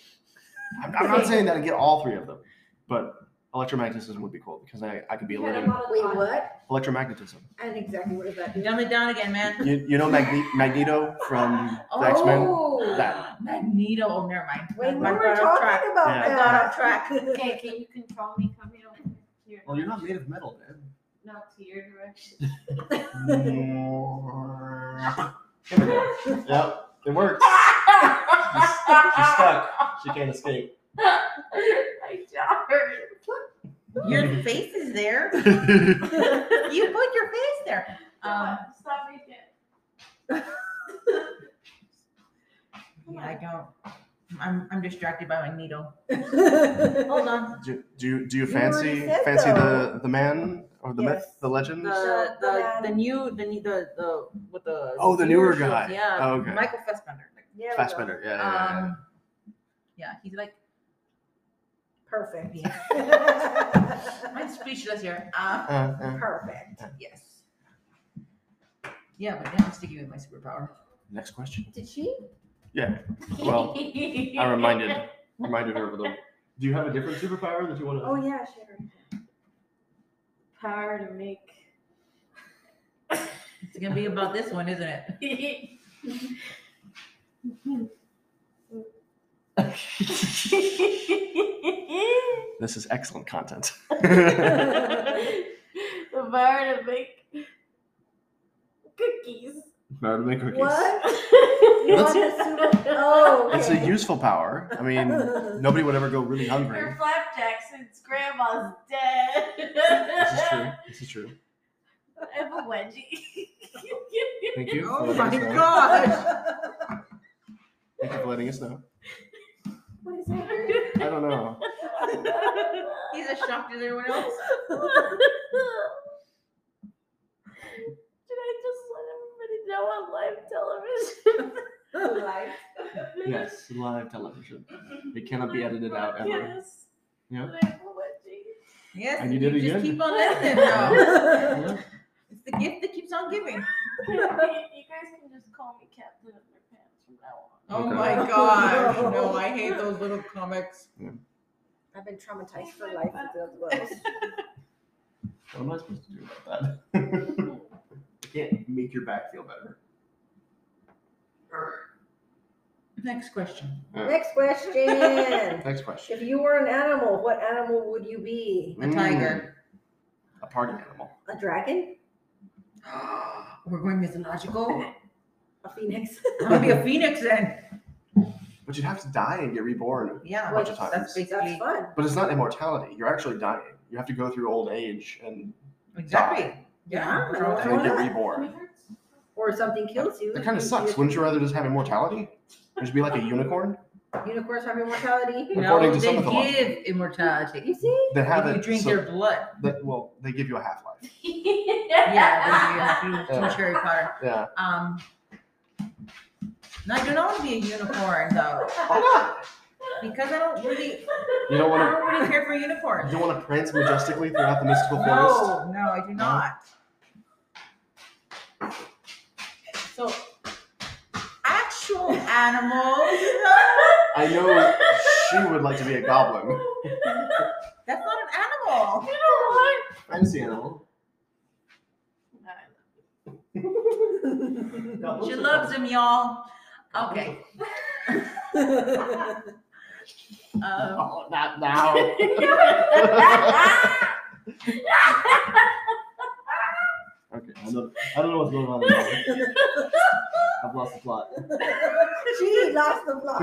Speaker 2: I'm, I'm not saying that I get all three of them, but electromagnetism would be cool because I, I could be a
Speaker 6: Had a
Speaker 2: living
Speaker 6: lot of
Speaker 4: Wait,
Speaker 3: Uh,
Speaker 6: thought.
Speaker 4: what?
Speaker 2: electromagnetism.
Speaker 4: And exactly what does that mean?
Speaker 3: Dumb it down again, man.
Speaker 2: You, you know Magne- Magneto from the X
Speaker 4: Oh.
Speaker 2: Men. That.
Speaker 3: Magneto. Oh, never mind.
Speaker 4: Wait, we
Speaker 3: I
Speaker 4: were
Speaker 3: got off track.
Speaker 4: talking about
Speaker 2: Yeah.
Speaker 4: that.
Speaker 2: I
Speaker 3: got off track.
Speaker 8: Okay, can you control me? Come here. over here.
Speaker 2: Well, you're not made of metal, man.
Speaker 6: No, to your direction.
Speaker 2: Here we go. yep, it worked. She's, she's stuck. She can't escape.
Speaker 6: I jarred.
Speaker 3: Your face is there.
Speaker 2: That's
Speaker 3: You put your face there. Um,
Speaker 6: Stop, stop making it.
Speaker 3: yeah, I don't. I'm, I'm distracted by my needle. Hold
Speaker 4: Hold
Speaker 3: on.
Speaker 2: Do, do you do you
Speaker 4: You already
Speaker 2: fancy
Speaker 4: said
Speaker 2: fancy
Speaker 4: so.
Speaker 2: the the man or the myth
Speaker 4: Yes.
Speaker 2: the legend?
Speaker 3: the
Speaker 4: So,
Speaker 3: the, the
Speaker 4: um,
Speaker 3: new the new the the with the
Speaker 2: Oh, the newer
Speaker 3: shows,
Speaker 2: guy.
Speaker 3: Yeah,
Speaker 2: Oh, okay.
Speaker 3: Michael Fassbender.
Speaker 4: Yeah, we go.
Speaker 2: Fastbender, yeah, yeah, yeah, yeah.
Speaker 3: Um, yeah, he's like
Speaker 4: Perfect.
Speaker 3: yeah. I'm speechless here. Uh,
Speaker 4: Um,
Speaker 2: Uh, uh,
Speaker 4: Perfect.
Speaker 3: yes. Yeah, but now I'm sticking with my superpower.
Speaker 2: next question.
Speaker 4: Did she?
Speaker 2: Yeah. Well, I reminded reminded her of the. Do you have a different superpower that you want to?
Speaker 4: Oh yeah, she had her hand down.
Speaker 1: Power to make.
Speaker 3: It's gonna be about this one, isn't it?
Speaker 2: This is excellent content.
Speaker 1: the power to make cookies.
Speaker 2: Power to make cookies.
Speaker 4: What? You
Speaker 2: That's-
Speaker 4: want a super? Oh,
Speaker 2: It's a
Speaker 4: okay.
Speaker 2: useful power. I mean, nobody would ever go really hungry.
Speaker 1: Your flapjack since grandma's dead.
Speaker 2: This is true. This is true.
Speaker 1: I have a wedgie.
Speaker 2: Thank you. for
Speaker 3: Oh
Speaker 2: letting us
Speaker 3: my
Speaker 2: know.
Speaker 3: gosh!
Speaker 2: Thank you for letting us know.
Speaker 4: what is that?
Speaker 2: I don't know.
Speaker 3: He's as shocked as everyone else.
Speaker 1: Should I just let everybody know on live television?
Speaker 6: Life.
Speaker 2: Yes, live television. It cannot be edited out ever.
Speaker 1: Yes.
Speaker 2: Yeah.
Speaker 1: I have a wedgie.
Speaker 3: Yes,
Speaker 2: And you did it
Speaker 3: just
Speaker 2: again.
Speaker 3: keep on listening. though.
Speaker 2: Yeah.
Speaker 3: it's the gift that keeps on giving.
Speaker 1: you guys can just call me Captain of your pants from now on.
Speaker 3: Oh
Speaker 2: Okay.
Speaker 3: my gosh! No, I hate those little comics.
Speaker 4: I've been traumatized for life with those gloves.
Speaker 2: What am I supposed to do about that? I can't make your back feel better.
Speaker 3: Next question.
Speaker 4: Next question.
Speaker 2: Next question.
Speaker 4: If you were an animal, what animal would you be?
Speaker 3: A tiger.
Speaker 2: Mm, a party animal.
Speaker 4: A dragon?
Speaker 3: We're going mythological.
Speaker 4: A phoenix?
Speaker 3: I'm gonna be a phoenix then.
Speaker 2: But you'd have to die and get reborn.
Speaker 3: Yeah,
Speaker 2: A bunch of times.
Speaker 3: that's
Speaker 4: That's
Speaker 3: basically
Speaker 4: fun.
Speaker 2: But it's not immortality. You're actually dying. You have to go through old age and
Speaker 3: exactly.
Speaker 2: die.
Speaker 3: Yeah,
Speaker 4: Yeah.
Speaker 2: and
Speaker 3: Charles
Speaker 2: then
Speaker 4: Why
Speaker 2: get
Speaker 4: not?
Speaker 2: reborn.
Speaker 4: Or something kills you.
Speaker 2: That kind of
Speaker 4: You-
Speaker 2: sucks. Wouldn't you rather just have immortality? Or just be like a unicorn?
Speaker 4: Unicorns have immortality.
Speaker 2: According
Speaker 3: No,
Speaker 2: to some
Speaker 3: they
Speaker 2: mythology.
Speaker 3: give immortality.
Speaker 4: You see?
Speaker 2: That have
Speaker 3: If
Speaker 2: it.
Speaker 3: you drink
Speaker 2: so-
Speaker 3: their blood.
Speaker 2: that- well, they give you a half life.
Speaker 3: Yeah, they do. If you
Speaker 2: Yeah.
Speaker 3: drink Harry Potter.
Speaker 2: Yeah.
Speaker 3: Um, no, I don't want to be a unicorn though,
Speaker 2: Why
Speaker 3: because I don't really,
Speaker 2: not? You don't
Speaker 3: I
Speaker 2: want
Speaker 3: don't really care for unicorns.
Speaker 2: to. You want to prance majestically throughout the mystical forest.
Speaker 3: No, no, I do not. So, actual animals.
Speaker 2: I know she would like to be a goblin.
Speaker 3: That's not an animal.
Speaker 2: Fantasy animal.
Speaker 3: She loves him, y'all. Okay. Um,
Speaker 2: Oh, not now. okay, I don't, I don't know what's going on. Anymore. I've lost the plot.
Speaker 4: she lost the plot.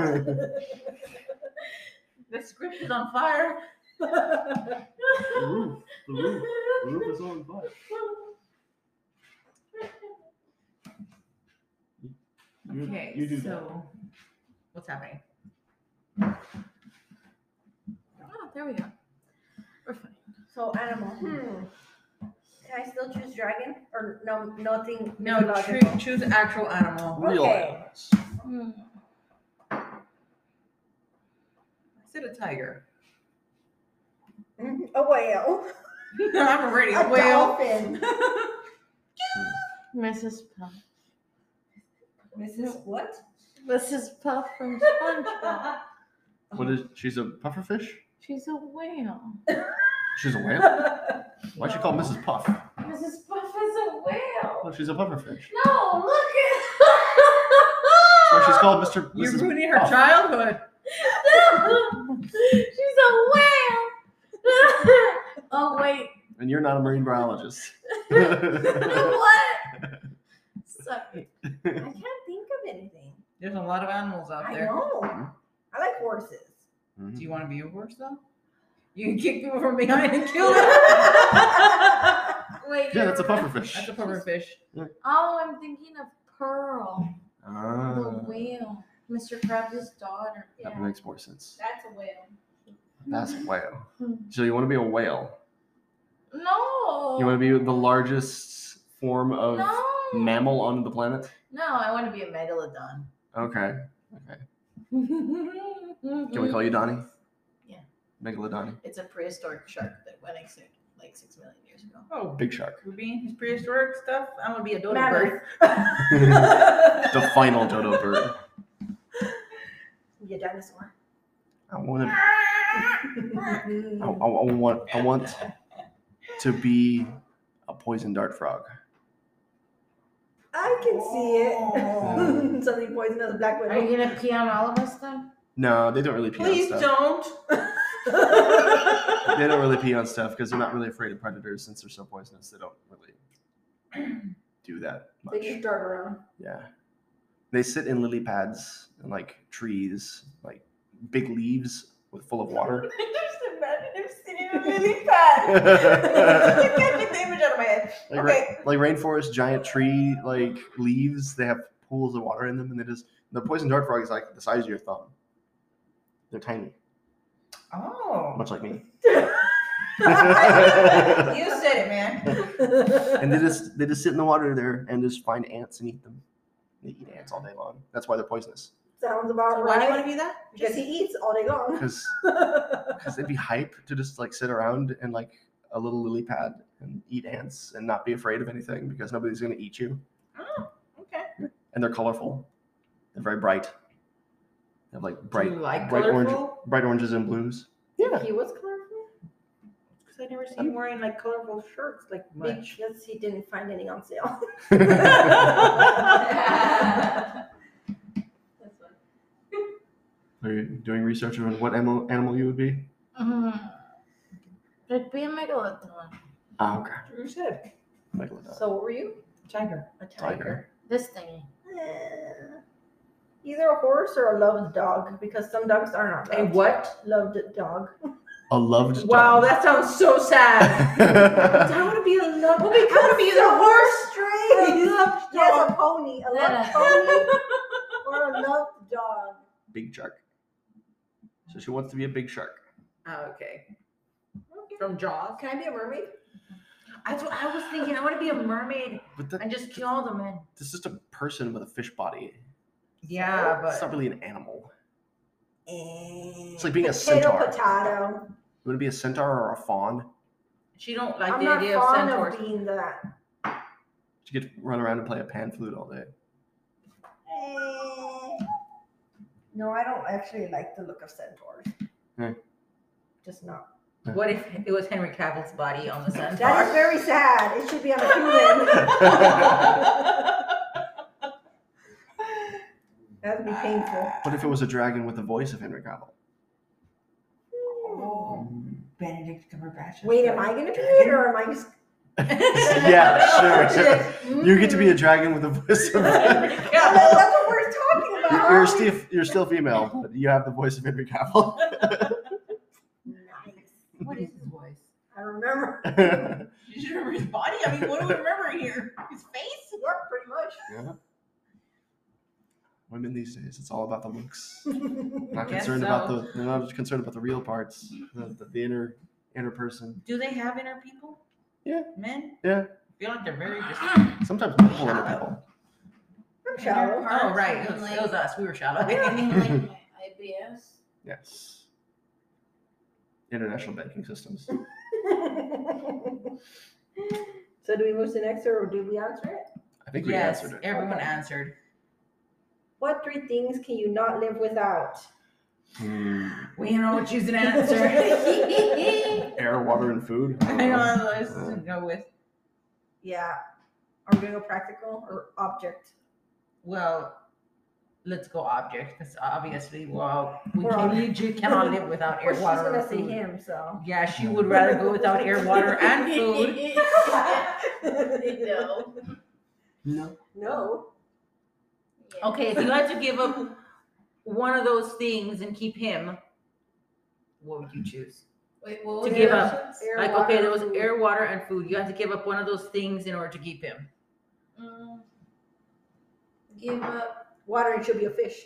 Speaker 3: the script is on fire.
Speaker 2: The roof. The roof. Roof is on fire. You-
Speaker 7: Okay,
Speaker 2: you do that.
Speaker 7: so what's happening?
Speaker 1: Oh, there we go. We're fine.
Speaker 4: So animal. Hmm. Can I still choose dragon or no? Nothing.
Speaker 3: No,
Speaker 4: mythological?
Speaker 3: choo- choose actual animal.
Speaker 2: Real
Speaker 4: Okay.
Speaker 2: animals.
Speaker 3: I said a tiger.
Speaker 4: Mhm. A whale.
Speaker 3: I'm already
Speaker 4: A
Speaker 3: a whale.
Speaker 4: dolphin.
Speaker 1: Mrs. Puff.
Speaker 4: Mrs. What?
Speaker 1: Mrs. Puff from SpongeBob.
Speaker 2: What is she's a pufferfish?
Speaker 1: She's a whale.
Speaker 2: She's a whale? Why'd you call Mrs. Puff?
Speaker 6: Mrs. Puff is a whale.
Speaker 2: Oh, she's a pufferfish.
Speaker 6: No, look
Speaker 2: That's why she's called Mr.
Speaker 3: You're
Speaker 2: Mrs.
Speaker 3: ruining her
Speaker 2: Puff.
Speaker 3: childhood.
Speaker 1: No! She's a whale. oh wait,
Speaker 2: And you're not a marine biologist.
Speaker 1: what? Sorry.
Speaker 4: I can't think of anything.
Speaker 3: There's a lot of animals out
Speaker 4: I
Speaker 3: there. Mm-hmm.
Speaker 4: know. I like horses.
Speaker 3: Do
Speaker 2: Mhm.
Speaker 3: you want to be a horse though? You can kick people from behind and kill them. That's
Speaker 1: Wait.
Speaker 2: Yeah, that's a
Speaker 1: never mind.
Speaker 2: pufferfish.
Speaker 3: a puffer fish.
Speaker 1: Oh, I'm thinking of Pearl, the
Speaker 2: Ah,
Speaker 1: whale, Mr. Krabs' daughter.
Speaker 2: that
Speaker 6: at.
Speaker 2: makes more sense.
Speaker 6: That's a whale.
Speaker 2: That's a whale. So you want to be a whale?
Speaker 1: No.
Speaker 2: You want to be the largest form of
Speaker 1: no.
Speaker 2: mammal on the planet?
Speaker 1: no, I want to be a megalodon.
Speaker 2: Okay. Can
Speaker 1: Can
Speaker 2: we call you Donnie?
Speaker 1: Yeah.
Speaker 2: Megalodon.
Speaker 1: It's a prehistoric shark that went extinct like six million years ago.
Speaker 3: Oh,
Speaker 2: Big shark.
Speaker 3: we're being his prehistoric stuff. I'm gonna be a dodo
Speaker 4: Mammoth.
Speaker 3: bird.
Speaker 2: the final dodo bird.
Speaker 4: Be a dinosaur.
Speaker 2: I want to.
Speaker 3: Mm.
Speaker 2: I, I- I want. I want to be a poison dart frog.
Speaker 4: I can see
Speaker 3: Oh. Mm.
Speaker 4: it. Something poisonous, a black
Speaker 1: Are
Speaker 4: widow.
Speaker 1: you gonna pee on all of us then?
Speaker 2: No, they don't really pee
Speaker 3: Please
Speaker 2: on stuff.
Speaker 3: don't.
Speaker 2: They don't really pee on stuff because they're not really afraid of predators since they're so poisonous. They don't really do that
Speaker 4: They just
Speaker 2: much.
Speaker 4: dart around.
Speaker 2: Yeah, they sit in lily pads and like trees, like big leaves with full of water.
Speaker 3: just imagine him sitting in a lily pad. you can't get the image out of my head.
Speaker 2: Like, ra-
Speaker 3: Okay.
Speaker 2: like rainforest, giant tree, like leaves. They have pools of water in them, and they just the poison dart frog is like the size of your thumb. They're tiny,
Speaker 3: Oh.
Speaker 2: much like me. and
Speaker 3: you said it, man.
Speaker 2: they just they just sit in the water there and just find ants and eat them. They eat ants all day long. That's why they're poisonous.
Speaker 4: Sounds about
Speaker 3: Why do you want
Speaker 4: right.
Speaker 3: to be that?
Speaker 4: Because he eats all day long.
Speaker 2: Because because they'd be hype to just like sit around in like a little lily pad and eat ants and not be afraid of anything because nobody's gonna eat you.
Speaker 3: Okay.
Speaker 2: And they're colorful. They're very bright. They have like bright
Speaker 3: Do you like
Speaker 2: bright orange-
Speaker 3: colorful?
Speaker 2: bright oranges and blues. Yeah.
Speaker 4: He was colorful
Speaker 3: Because I never see him wearing like colorful shirts like much.
Speaker 4: because he didn't find any on sale.
Speaker 6: That's what.
Speaker 2: Are you doing research on what animal, animal you would be?
Speaker 1: Mm. It'd be a megalodon.
Speaker 2: Ah, okay.
Speaker 3: You said
Speaker 2: Megalodon.
Speaker 4: So what were you?
Speaker 3: tiger.
Speaker 4: A
Speaker 2: uh, Tiger.
Speaker 4: tiger.
Speaker 1: This thing.
Speaker 4: Eh, Either a horse or a loved dog because some dogs are not loved.
Speaker 3: A what?
Speaker 4: Loved dog.
Speaker 2: A loved
Speaker 3: Wow,
Speaker 2: dog.
Speaker 3: that sounds so sad.
Speaker 2: Wow.
Speaker 3: want to be a love. Well,
Speaker 4: I want to be the horse straight.
Speaker 3: A loved
Speaker 4: Yes, a pony. A
Speaker 1: Yeah.
Speaker 4: loved pony or a loved dog.
Speaker 2: big shark. So she wants to be a big shark.
Speaker 7: Oh,
Speaker 3: okay. From Jaws.
Speaker 4: Can I be a mermaid?
Speaker 7: That's what I was thinking. I want to be a mermaid
Speaker 2: But that,
Speaker 7: and just kill the men.
Speaker 2: this is just a person with a fish body.
Speaker 3: Yeah,
Speaker 2: It's
Speaker 3: but
Speaker 2: not really an animal.
Speaker 4: It's
Speaker 2: like being a
Speaker 4: potato,
Speaker 2: centaur.
Speaker 4: Potato.
Speaker 2: You want to be a centaur or a fawn?
Speaker 7: She don't
Speaker 4: I'm
Speaker 7: like the
Speaker 4: not
Speaker 7: idea of
Speaker 4: fond
Speaker 7: centaurs.
Speaker 4: of being that.
Speaker 2: She gets to run around and play a pan flute all day.
Speaker 4: Eh. No, I don't actually like the look of centaurs.
Speaker 2: Hmm.
Speaker 4: Just not.
Speaker 7: What if it was Henry Cavill's body on the sun?
Speaker 4: That is very sad. It should be on a human. that would be painful.
Speaker 2: What if it was a dragon with the voice of Henry Cavill?
Speaker 3: Oh, Benedict Cumberbatch. is
Speaker 4: Wait,
Speaker 3: the
Speaker 4: am I gonna be it or am I just?
Speaker 2: yeah, sure. You get to be a dragon with the voice of.
Speaker 4: That's what we're talking about.
Speaker 2: You're still you're still female, but you have the voice of Henry Cavill.
Speaker 4: Nice.
Speaker 7: What is his voice?
Speaker 4: I remember.
Speaker 2: Did
Speaker 7: Did
Speaker 3: should remember his body. I mean, what do we remember here? His face?
Speaker 4: Yeah, pretty much.
Speaker 2: Women these days, it's all about the looks. Not
Speaker 3: Guess
Speaker 2: concerned about
Speaker 3: so.
Speaker 2: the they're not concerned about the real parts, the, the, the inner inner person.
Speaker 3: Do they have inner people?
Speaker 2: Yeah.
Speaker 3: Men?
Speaker 2: Yeah.
Speaker 3: I feel like they're very just.
Speaker 2: Sometimes multiple inner people.
Speaker 4: I'm shallow.
Speaker 3: Oh, right. It was, it was us. We were shallow.
Speaker 1: IBS.
Speaker 2: Yes. International banking systems.
Speaker 4: so do we move to next or did we answer it?
Speaker 2: I think we
Speaker 3: yes,
Speaker 2: answered it.
Speaker 3: everyone
Speaker 4: Okay.
Speaker 3: answered.
Speaker 4: What three things can you not live without?
Speaker 2: Hmm.
Speaker 3: We know what she's an answer.
Speaker 2: Air, water, and food.
Speaker 3: I know what this is to go with.
Speaker 4: Yeah. Are we gonna go practical or object?
Speaker 3: Well, let's go object. That's obviously well we
Speaker 4: We're
Speaker 3: can,
Speaker 4: on-
Speaker 3: you ju- cannot live without air,
Speaker 4: Well, she's
Speaker 3: water,
Speaker 4: gonna
Speaker 3: or
Speaker 4: say
Speaker 3: food.
Speaker 4: him, so.
Speaker 3: Yeah, she would rather go without air, water, and food.
Speaker 6: No.
Speaker 2: No.
Speaker 4: No.
Speaker 6: Yeah.
Speaker 3: Okay, if you had to give up one of those things and keep him, what would you choose?
Speaker 1: Wait, what
Speaker 3: To
Speaker 1: was
Speaker 3: give
Speaker 1: the
Speaker 3: up.
Speaker 1: options?
Speaker 4: Air,
Speaker 3: like
Speaker 4: water,
Speaker 3: okay, there was
Speaker 4: food.
Speaker 3: air, water, and food. You had to give up one of those things in order to keep him.
Speaker 1: Mm. Give up.
Speaker 4: water and she'll be a fish.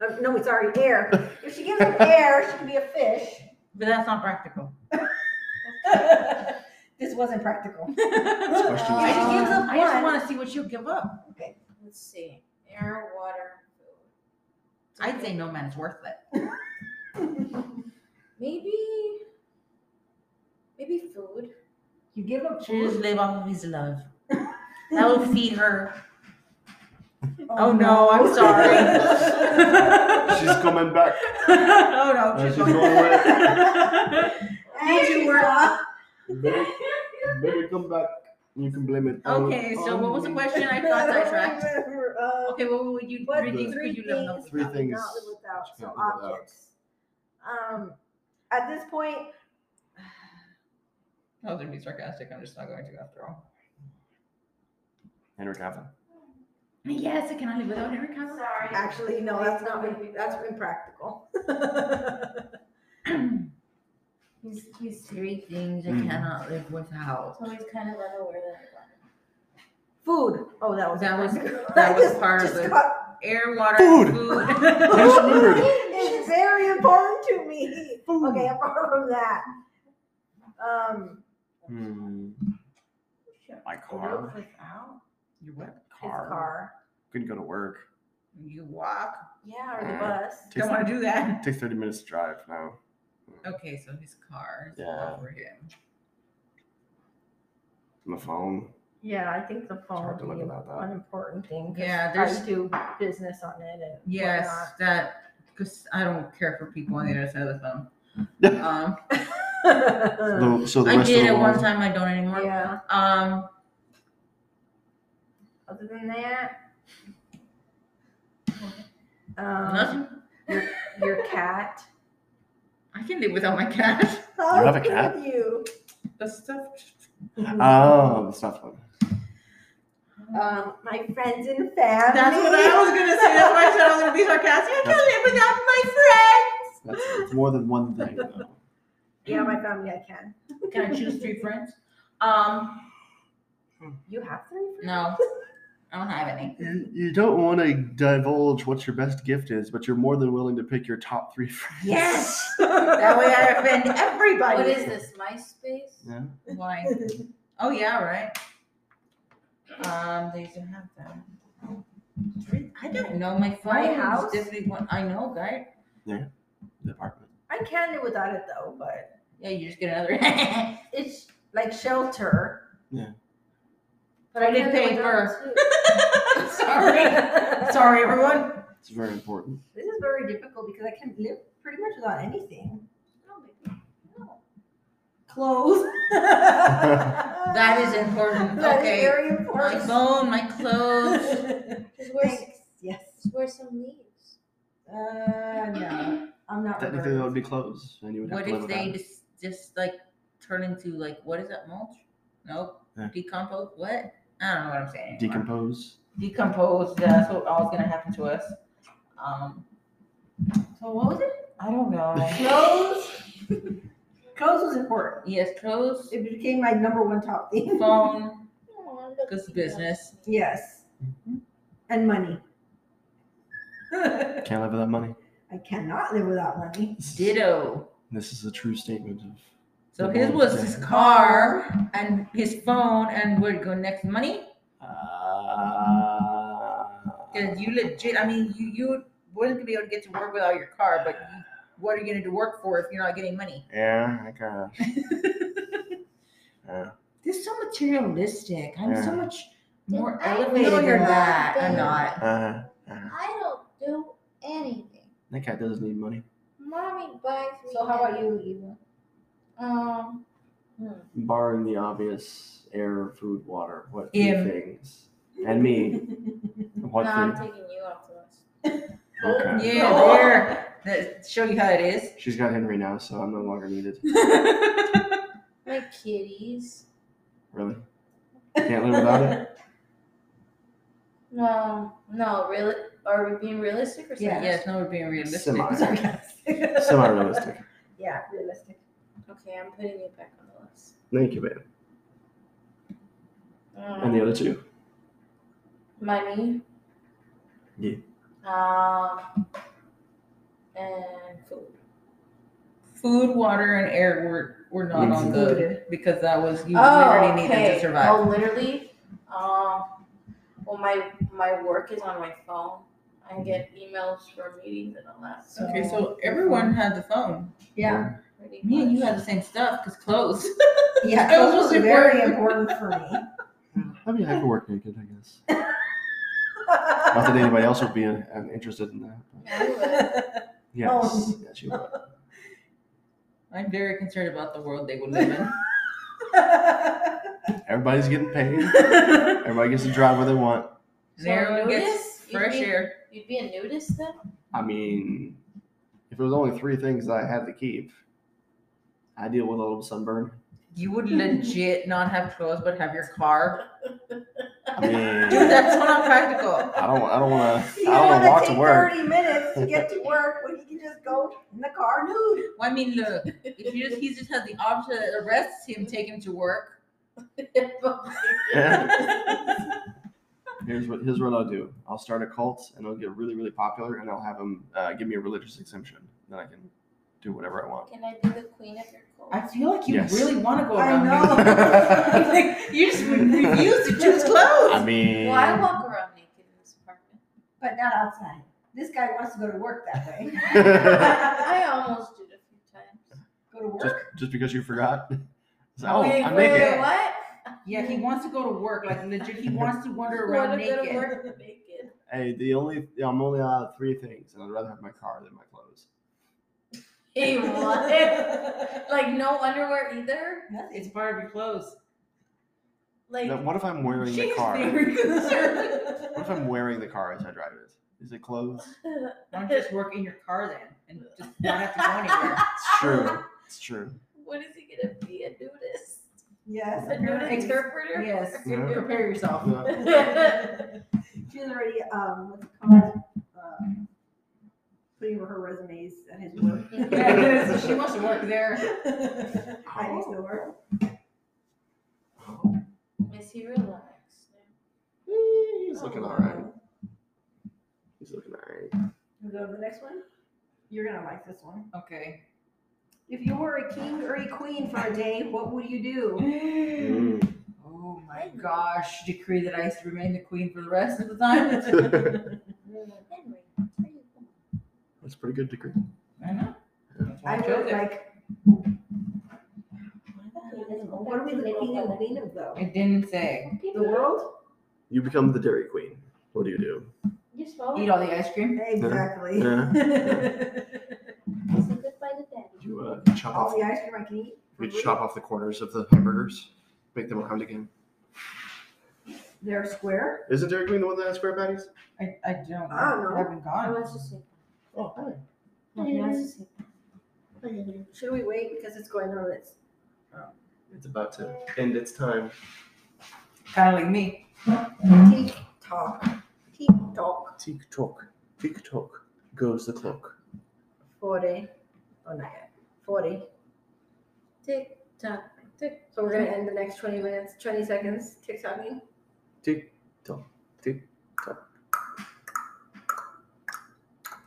Speaker 4: Uh, No, it's already air. If she gives him air, she can be a fish.
Speaker 3: But that's not practical.
Speaker 4: this wasn't practical.
Speaker 3: I
Speaker 2: Question.
Speaker 1: I just
Speaker 4: gives up
Speaker 3: just
Speaker 4: one.
Speaker 3: want to see what you'll give up.
Speaker 1: Let's see. Air, water, food.
Speaker 3: I'd say no man is worth it.
Speaker 1: Maybe. Maybe food.
Speaker 9: You give up
Speaker 3: She just live off of his love. That will feed her. Oh, no, I'm sorry.
Speaker 2: She's coming back.
Speaker 3: oh no,
Speaker 2: Uh, she's going
Speaker 3: away.
Speaker 4: Did you work?
Speaker 2: Baby, baby, come back. You can blame it. on-
Speaker 3: okay, so what was the
Speaker 2: on
Speaker 3: question? I thought I tracked.
Speaker 4: Uh,
Speaker 3: Okay, what would you
Speaker 4: What
Speaker 3: three things
Speaker 4: three
Speaker 3: could you live no
Speaker 4: things-
Speaker 2: Three
Speaker 3: without?
Speaker 2: things.
Speaker 4: Not live without,
Speaker 2: you
Speaker 4: so
Speaker 2: can't live without.
Speaker 4: objects. Um, at this point,
Speaker 3: I was gonna be sarcastic. I'm just not going to after all.
Speaker 2: Henry Cavill.
Speaker 3: Yes, I cannot live without Henry Cavill.
Speaker 6: Sorry.
Speaker 4: actually, no, that's not, been- that's impractical.
Speaker 3: These, these three things I
Speaker 2: Mm.
Speaker 3: cannot live without.
Speaker 1: Somebody's kind of unaware that.
Speaker 4: Food. Oh, that was.
Speaker 3: That was-
Speaker 4: impractical.
Speaker 3: that
Speaker 4: I
Speaker 3: was
Speaker 4: just-
Speaker 3: part of
Speaker 4: just
Speaker 3: it.
Speaker 4: got-
Speaker 3: Air, water,
Speaker 2: Food. I
Speaker 3: food.
Speaker 2: just remembered.
Speaker 4: It's very important to me. Okay, apart from that. Um,
Speaker 2: Hmm. My car.
Speaker 4: without
Speaker 3: you what?
Speaker 4: his
Speaker 2: Car.
Speaker 4: car.
Speaker 2: Couldn't go to work.
Speaker 3: You walk.
Speaker 4: Yeah, or the
Speaker 2: Mm.
Speaker 4: bus.
Speaker 2: Takes,
Speaker 3: Don't want to do that.
Speaker 2: takes 30 minutes to drive now.
Speaker 3: Okay, so his car is
Speaker 2: Yeah.
Speaker 3: for him.
Speaker 2: My phone.
Speaker 4: Yeah, I think the
Speaker 3: Oh,
Speaker 2: hard
Speaker 4: phone
Speaker 2: to
Speaker 4: would
Speaker 2: live
Speaker 4: be
Speaker 2: without that.
Speaker 4: an important thing. 'cause
Speaker 3: Yeah,
Speaker 4: I
Speaker 3: there's-
Speaker 4: do business on it and
Speaker 3: Yes,
Speaker 4: whatnot.
Speaker 3: that because I don't care for people on the other side of the phone.
Speaker 2: Yeah.
Speaker 3: Um,
Speaker 2: The- so the
Speaker 3: I
Speaker 2: rest
Speaker 3: did
Speaker 2: of
Speaker 3: at
Speaker 2: the
Speaker 3: one
Speaker 2: world.
Speaker 3: time. I don't anymore.
Speaker 4: yeah.
Speaker 3: Um,
Speaker 4: Other than that, um,
Speaker 3: nothing.
Speaker 4: your cat.
Speaker 3: I can live without my cat.
Speaker 4: How
Speaker 2: have a
Speaker 4: could
Speaker 2: cat?
Speaker 4: You.
Speaker 3: The stuff.
Speaker 2: Oh, that's not fun.
Speaker 4: Um, my friends and family.
Speaker 3: That's what I was gonna say. That's why I said I was gonna be sarcastic. I can't live without my friends.
Speaker 2: That's, it's more than one thing. Though.
Speaker 4: Yeah, my family. I can.
Speaker 3: Can I choose three friends? Um,
Speaker 4: You have three friends.
Speaker 3: no, I don't have any.
Speaker 2: You, you don't want to divulge what your best gift is, but you're more than willing to pick your top three friends.
Speaker 3: Yes, that way I offend everybody.
Speaker 1: What is this? MySpace?
Speaker 2: Yeah.
Speaker 3: Why? Oh yeah, right. Um, they used to have that. I don't know. My phone
Speaker 4: My
Speaker 3: is
Speaker 4: house?
Speaker 3: definitely one. I know, right?
Speaker 2: The apartment.
Speaker 4: I can live without it though, but
Speaker 3: Yeah, you just get another.
Speaker 4: it's like shelter.
Speaker 1: But I
Speaker 3: Toilet
Speaker 1: can't live without it, too.
Speaker 3: Sorry, sorry, everyone.
Speaker 2: It's very important.
Speaker 4: This is very difficult because I can live pretty much without anything. Oh, Clothes.
Speaker 3: That
Speaker 4: that
Speaker 3: is important.
Speaker 4: is
Speaker 3: Okay,
Speaker 4: very
Speaker 3: my
Speaker 4: important.
Speaker 3: phone, my clothes.
Speaker 1: Just wear, s-
Speaker 4: Thanks. Yes.
Speaker 1: just wear some leaves.
Speaker 4: Uh, no, I'm not.
Speaker 2: Technically, that
Speaker 4: reversed.
Speaker 2: would be closed, and you would have
Speaker 3: What
Speaker 2: to live
Speaker 3: if
Speaker 2: with that.
Speaker 3: they just just like turn into like what is that mulch? Nope.
Speaker 2: Yeah.
Speaker 3: Decompose. What? I don't know what I'm saying. anymore.
Speaker 2: decompose.
Speaker 3: decompose. That's what all is gonna happen to us. Um. So what was it? I don't know.
Speaker 4: Clothes. Clothes was important.
Speaker 3: Yes, clothes,
Speaker 4: It became my number one top theme.
Speaker 3: phone,
Speaker 1: Oh,
Speaker 3: because business.
Speaker 4: Yes. And money.
Speaker 2: Can't live without money.
Speaker 4: I cannot live without money.
Speaker 3: Ditto.
Speaker 2: This is a true statement of
Speaker 3: So his was his car and his phone, and where'd go next? Money?
Speaker 2: uh,
Speaker 3: Because you legit, I mean, you you wouldn't be able to get to work without your car, but you, what are you gonna do work for if you're not getting money?
Speaker 2: yeah, I gosh. Yeah.
Speaker 3: This is so materialistic. I'm
Speaker 2: Yeah.
Speaker 3: so much more
Speaker 1: I
Speaker 3: elevated
Speaker 1: know
Speaker 3: than
Speaker 1: you're not,
Speaker 3: that. I'm
Speaker 1: babe.
Speaker 3: not.
Speaker 2: Uh,
Speaker 1: I don't do anything.
Speaker 2: that cat does need money.
Speaker 1: Mommy buys me.
Speaker 4: So how about you, Eva?
Speaker 1: Um,
Speaker 2: Barring the obvious air, food, water, what few
Speaker 3: Him.
Speaker 2: things. And me. What
Speaker 1: no, I'm
Speaker 2: thing?
Speaker 1: taking you off the list.
Speaker 2: Okay.
Speaker 3: Yeah,
Speaker 4: No.
Speaker 3: there. That show you how it is.
Speaker 2: She's got Henry now, so I'm no longer needed.
Speaker 1: My kitties.
Speaker 2: Really? Can't live without it?
Speaker 1: No, no, really. Are we being realistic or something?
Speaker 3: yes, no, we're being realistic.
Speaker 2: Semi.
Speaker 4: Sarcastic.
Speaker 2: Semi realistic.
Speaker 4: yeah, realistic.
Speaker 1: Okay, I'm putting you back on the list.
Speaker 2: Thank you, babe.
Speaker 1: Um, Mm.
Speaker 2: And the other two.
Speaker 1: money.
Speaker 2: Yeah.
Speaker 1: Um, and food.
Speaker 3: Food, water, and air were were not on the
Speaker 4: Excluded.
Speaker 3: because that was you
Speaker 1: oh,
Speaker 3: literally needed
Speaker 1: okay.
Speaker 3: to survive.
Speaker 1: Oh, literally. Um, well, my my work is on my phone. I get emails for meetings and all that. So
Speaker 3: Okay, so everyone had the phone.
Speaker 4: Yeah.
Speaker 1: pretty
Speaker 3: Me and you
Speaker 1: much-
Speaker 3: had the same stuff because clothes.
Speaker 4: Yeah,
Speaker 3: That was
Speaker 4: clothes was
Speaker 3: really
Speaker 4: very important for me.
Speaker 2: I mean, I could work naked, I guess. Not that anybody else would be uh, interested in that. but-
Speaker 1: Yeah, you would.
Speaker 2: Yes. Yes, you would.
Speaker 3: I'm very concerned about the world they would live in.
Speaker 2: Everybody's getting paid. Everybody gets to drive where they want.
Speaker 3: And everyone gets
Speaker 1: nudist? You'd
Speaker 3: fresh
Speaker 1: be-
Speaker 3: air.
Speaker 1: You'd be a nudist then?
Speaker 2: I mean, if it was only three things that I had to keep, I deal with a little sunburn.
Speaker 3: You would legit not have clothes but have your car.
Speaker 2: I mean,
Speaker 3: Dude, that's not practical.
Speaker 2: I don't. I don't want
Speaker 4: You
Speaker 2: to. I don't want to
Speaker 4: wanna
Speaker 2: walk to
Speaker 4: take
Speaker 2: work.
Speaker 4: Thirty minutes to get to work when you can just go in the car nude.
Speaker 3: Well, I mean, look, if you just he just has the option that arrests him, take him to work.
Speaker 2: Here's what. Here's what I'll do. I'll start a cult, and it'll get really, really popular, and I'll have them uh, give me a religious exemption. Then I can do whatever I want.
Speaker 1: Can I be the queen of your cult?
Speaker 3: I feel like you
Speaker 2: Yes.
Speaker 3: really want to go
Speaker 4: I
Speaker 3: around
Speaker 4: know.
Speaker 3: naked. you just refuse to choose
Speaker 2: I
Speaker 3: clothes.
Speaker 2: mean,
Speaker 1: well, I walk around naked in this apartment.
Speaker 4: But not outside. This guy wants to go to work that way.
Speaker 1: I almost did a few times.
Speaker 4: Go to
Speaker 2: just
Speaker 4: work.
Speaker 2: just because you forgot. It's like, oh,
Speaker 1: wait,
Speaker 2: I'm
Speaker 1: wait,
Speaker 2: naked.
Speaker 1: wait, what?
Speaker 3: Yeah, he wants to go to work. Like legit, he wants to wander
Speaker 1: Wanna
Speaker 3: around
Speaker 1: go to
Speaker 3: naked.
Speaker 1: work naked.
Speaker 2: Hey, the only I'm only allowed three things, and I'd rather have my car than my clothes.
Speaker 1: Hey, what? like no underwear either?
Speaker 3: It's part of your clothes.
Speaker 1: Like
Speaker 2: Now, what if I'm wearing the
Speaker 3: She's
Speaker 2: car?
Speaker 3: very concerned.
Speaker 2: What if I'm wearing the car as I drive it? Is it clothes?
Speaker 3: Why don't you just work in your car then and just not have to go anywhere?
Speaker 2: It's true. It's true.
Speaker 1: what is he gonna be? A nudist?
Speaker 4: Yes.
Speaker 1: A nude
Speaker 4: apparently.
Speaker 1: interpreter?
Speaker 3: Yes.
Speaker 2: Yeah.
Speaker 3: Prepare yourself.
Speaker 4: She's already um what's it called? Uh, putting her resumes at his work.
Speaker 3: Yeah, so she wants to work there.
Speaker 4: I used to work.
Speaker 1: Is he relaxed?
Speaker 2: Eh, He's looking all right. He's looking all right.
Speaker 4: You go to the next one? You're gonna like this one.
Speaker 3: Okay.
Speaker 4: If you were a king or a queen for a day, what would you do?
Speaker 2: Mm.
Speaker 3: Oh my gosh. Decree that I remain the queen for the rest of the time.
Speaker 1: Henry, where you going?
Speaker 2: That's a pretty good degree.
Speaker 3: I know. That's
Speaker 4: I
Speaker 3: why I chose
Speaker 4: would
Speaker 3: it.
Speaker 4: like what are we making a queen of though?
Speaker 3: It didn't say.
Speaker 4: The world?
Speaker 2: You become the Dairy Queen. What do you do?
Speaker 1: You smell
Speaker 3: Eat all the ice cream.
Speaker 4: Exactly.
Speaker 2: Yeah.
Speaker 1: Say goodbye to daddy.
Speaker 2: You uh, chop off.
Speaker 4: All the ice cream I can eat. for
Speaker 2: You
Speaker 4: free.
Speaker 2: chop off the corners of the hamburgers, make them round again.
Speaker 4: They're square.
Speaker 2: Isn't Dairy Queen the one that has square patties?
Speaker 3: I, I don't know.
Speaker 4: I don't know.
Speaker 3: I haven't
Speaker 1: I
Speaker 3: gone.
Speaker 1: want to say
Speaker 2: Oh, hi.
Speaker 1: I want to say
Speaker 4: Should we wait because it's going on its
Speaker 2: It's about to end its time.
Speaker 3: Kind of like me.
Speaker 4: tick tock? Tick tock
Speaker 2: Tick tock. Tick tock goes the clock.
Speaker 4: forty. Oh not yet. Forty. Tick tock, tick. So we're gonna end the next twenty minutes, twenty seconds. Tick tocking.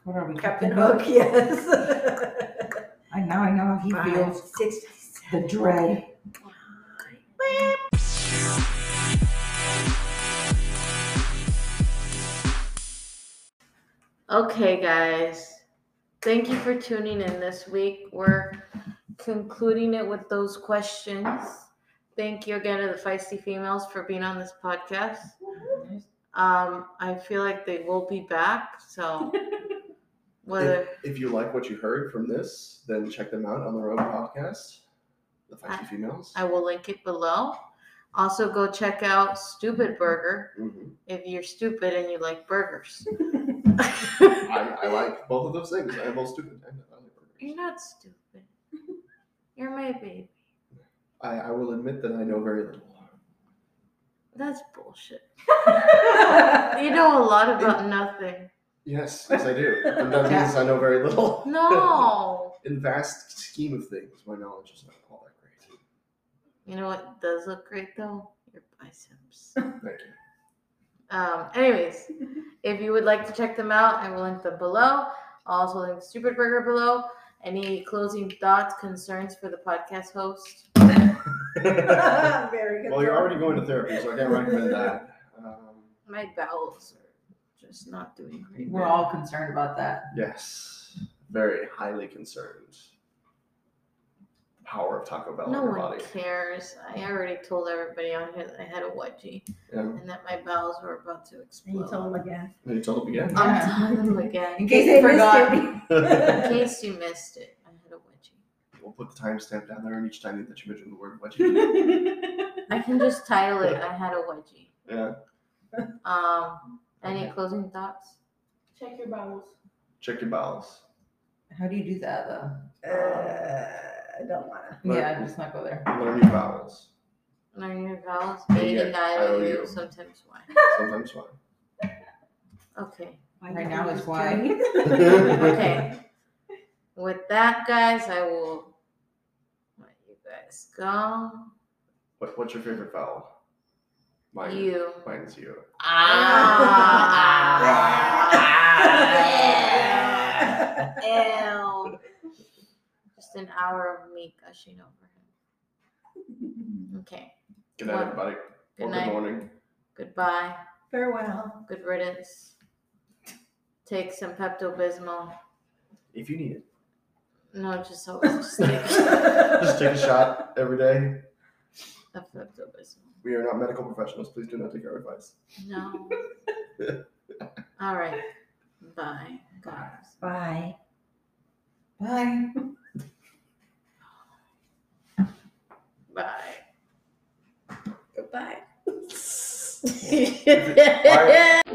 Speaker 3: What are we,
Speaker 4: Captain Hook. Yes.
Speaker 3: I know, I know how he
Speaker 4: Five,
Speaker 3: feels.
Speaker 4: six,
Speaker 3: The dread.
Speaker 1: Okay, guys. Thank you for tuning in this week. We're concluding it with those questions. Thank you again to the Feisty Females for being on this podcast. Um, I feel like they will be back. So, whether
Speaker 2: If, if you like what you heard from this, then check them out on their own podcast, The Feisty
Speaker 1: I-
Speaker 2: Females.
Speaker 1: I will link it below. Also, go check out Stupid Burger
Speaker 2: Mhm.
Speaker 1: if you're stupid and you like burgers.
Speaker 2: I, I like both of those things. I'm all stupid. I, I, like burgers.
Speaker 1: You're not stupid. You're my baby.
Speaker 2: I, I will admit that I know very little.
Speaker 1: That's bullshit. You know a lot about nothing.
Speaker 2: Yes, yes, I do. And that means I know very little.
Speaker 1: No.
Speaker 2: In vast scheme of things, my knowledge is not all that great.
Speaker 1: You know what does look great though? Your biceps.
Speaker 2: Thank you.
Speaker 1: Um, anyways, if you would like to check them out, I will link them below. I'll also link Stupid Burger below. Any closing thoughts, concerns for the podcast host?
Speaker 4: Very good.
Speaker 2: well, you're already going to therapy, so I can't recommend that. Um,
Speaker 1: My bowels are just not doing great.
Speaker 3: We're all concerned about that.
Speaker 2: yes, very highly concerned. Power of Taco Bell
Speaker 1: No
Speaker 2: on your
Speaker 1: one
Speaker 2: body.
Speaker 1: cares. I already told everybody on here that I had a wedgie
Speaker 2: Yeah.
Speaker 1: and that my bowels were about to
Speaker 4: And you
Speaker 1: explode.
Speaker 4: told him again.
Speaker 2: And you told them again.
Speaker 1: I'm
Speaker 3: Yeah.
Speaker 1: telling them again.
Speaker 3: In case you forgot.
Speaker 2: we'll
Speaker 1: In case you missed it, I had a wedgie.
Speaker 2: put the timestamp down there, and each time that you mention the word wedgie.
Speaker 1: I can just title it I had a wedgie.
Speaker 2: yeah.
Speaker 1: Um any closing thoughts?
Speaker 6: Check your bowels.
Speaker 2: Check your bowels.
Speaker 3: How do you do that though?
Speaker 4: Uh, I don't wanna.
Speaker 2: Right.
Speaker 3: Yeah, just not go there.
Speaker 2: Learn your bowels.
Speaker 1: Learn your vowels.
Speaker 2: Yeah,
Speaker 1: Eight and
Speaker 2: I owe
Speaker 1: nine
Speaker 2: you.
Speaker 1: you sometimes why.
Speaker 2: Sometimes fine.
Speaker 1: Okay.
Speaker 3: Right now it's why.
Speaker 1: Okay. With that guys, I will let you guys go.
Speaker 2: What, what's your favorite vowel? Mine.
Speaker 1: You
Speaker 2: Mine's you.
Speaker 4: Ah.
Speaker 8: Ew.
Speaker 1: just an hour of me gushing over him. Okay.
Speaker 2: Good night,
Speaker 1: Wow.
Speaker 2: everybody.
Speaker 1: Good
Speaker 2: or
Speaker 1: night.
Speaker 2: good morning.
Speaker 1: Goodbye.
Speaker 4: Farewell.
Speaker 1: Good riddance. Take some Pepto Bismol.
Speaker 2: If you need it.
Speaker 1: No, just always just take
Speaker 2: Just take a shot every day.
Speaker 1: a Pepto Bismol.
Speaker 2: We are not medical professionals. Please do not take our advice.
Speaker 1: No. All right. Bye, guys.
Speaker 4: Bye.
Speaker 3: Bye.
Speaker 1: Bye. Goodbye.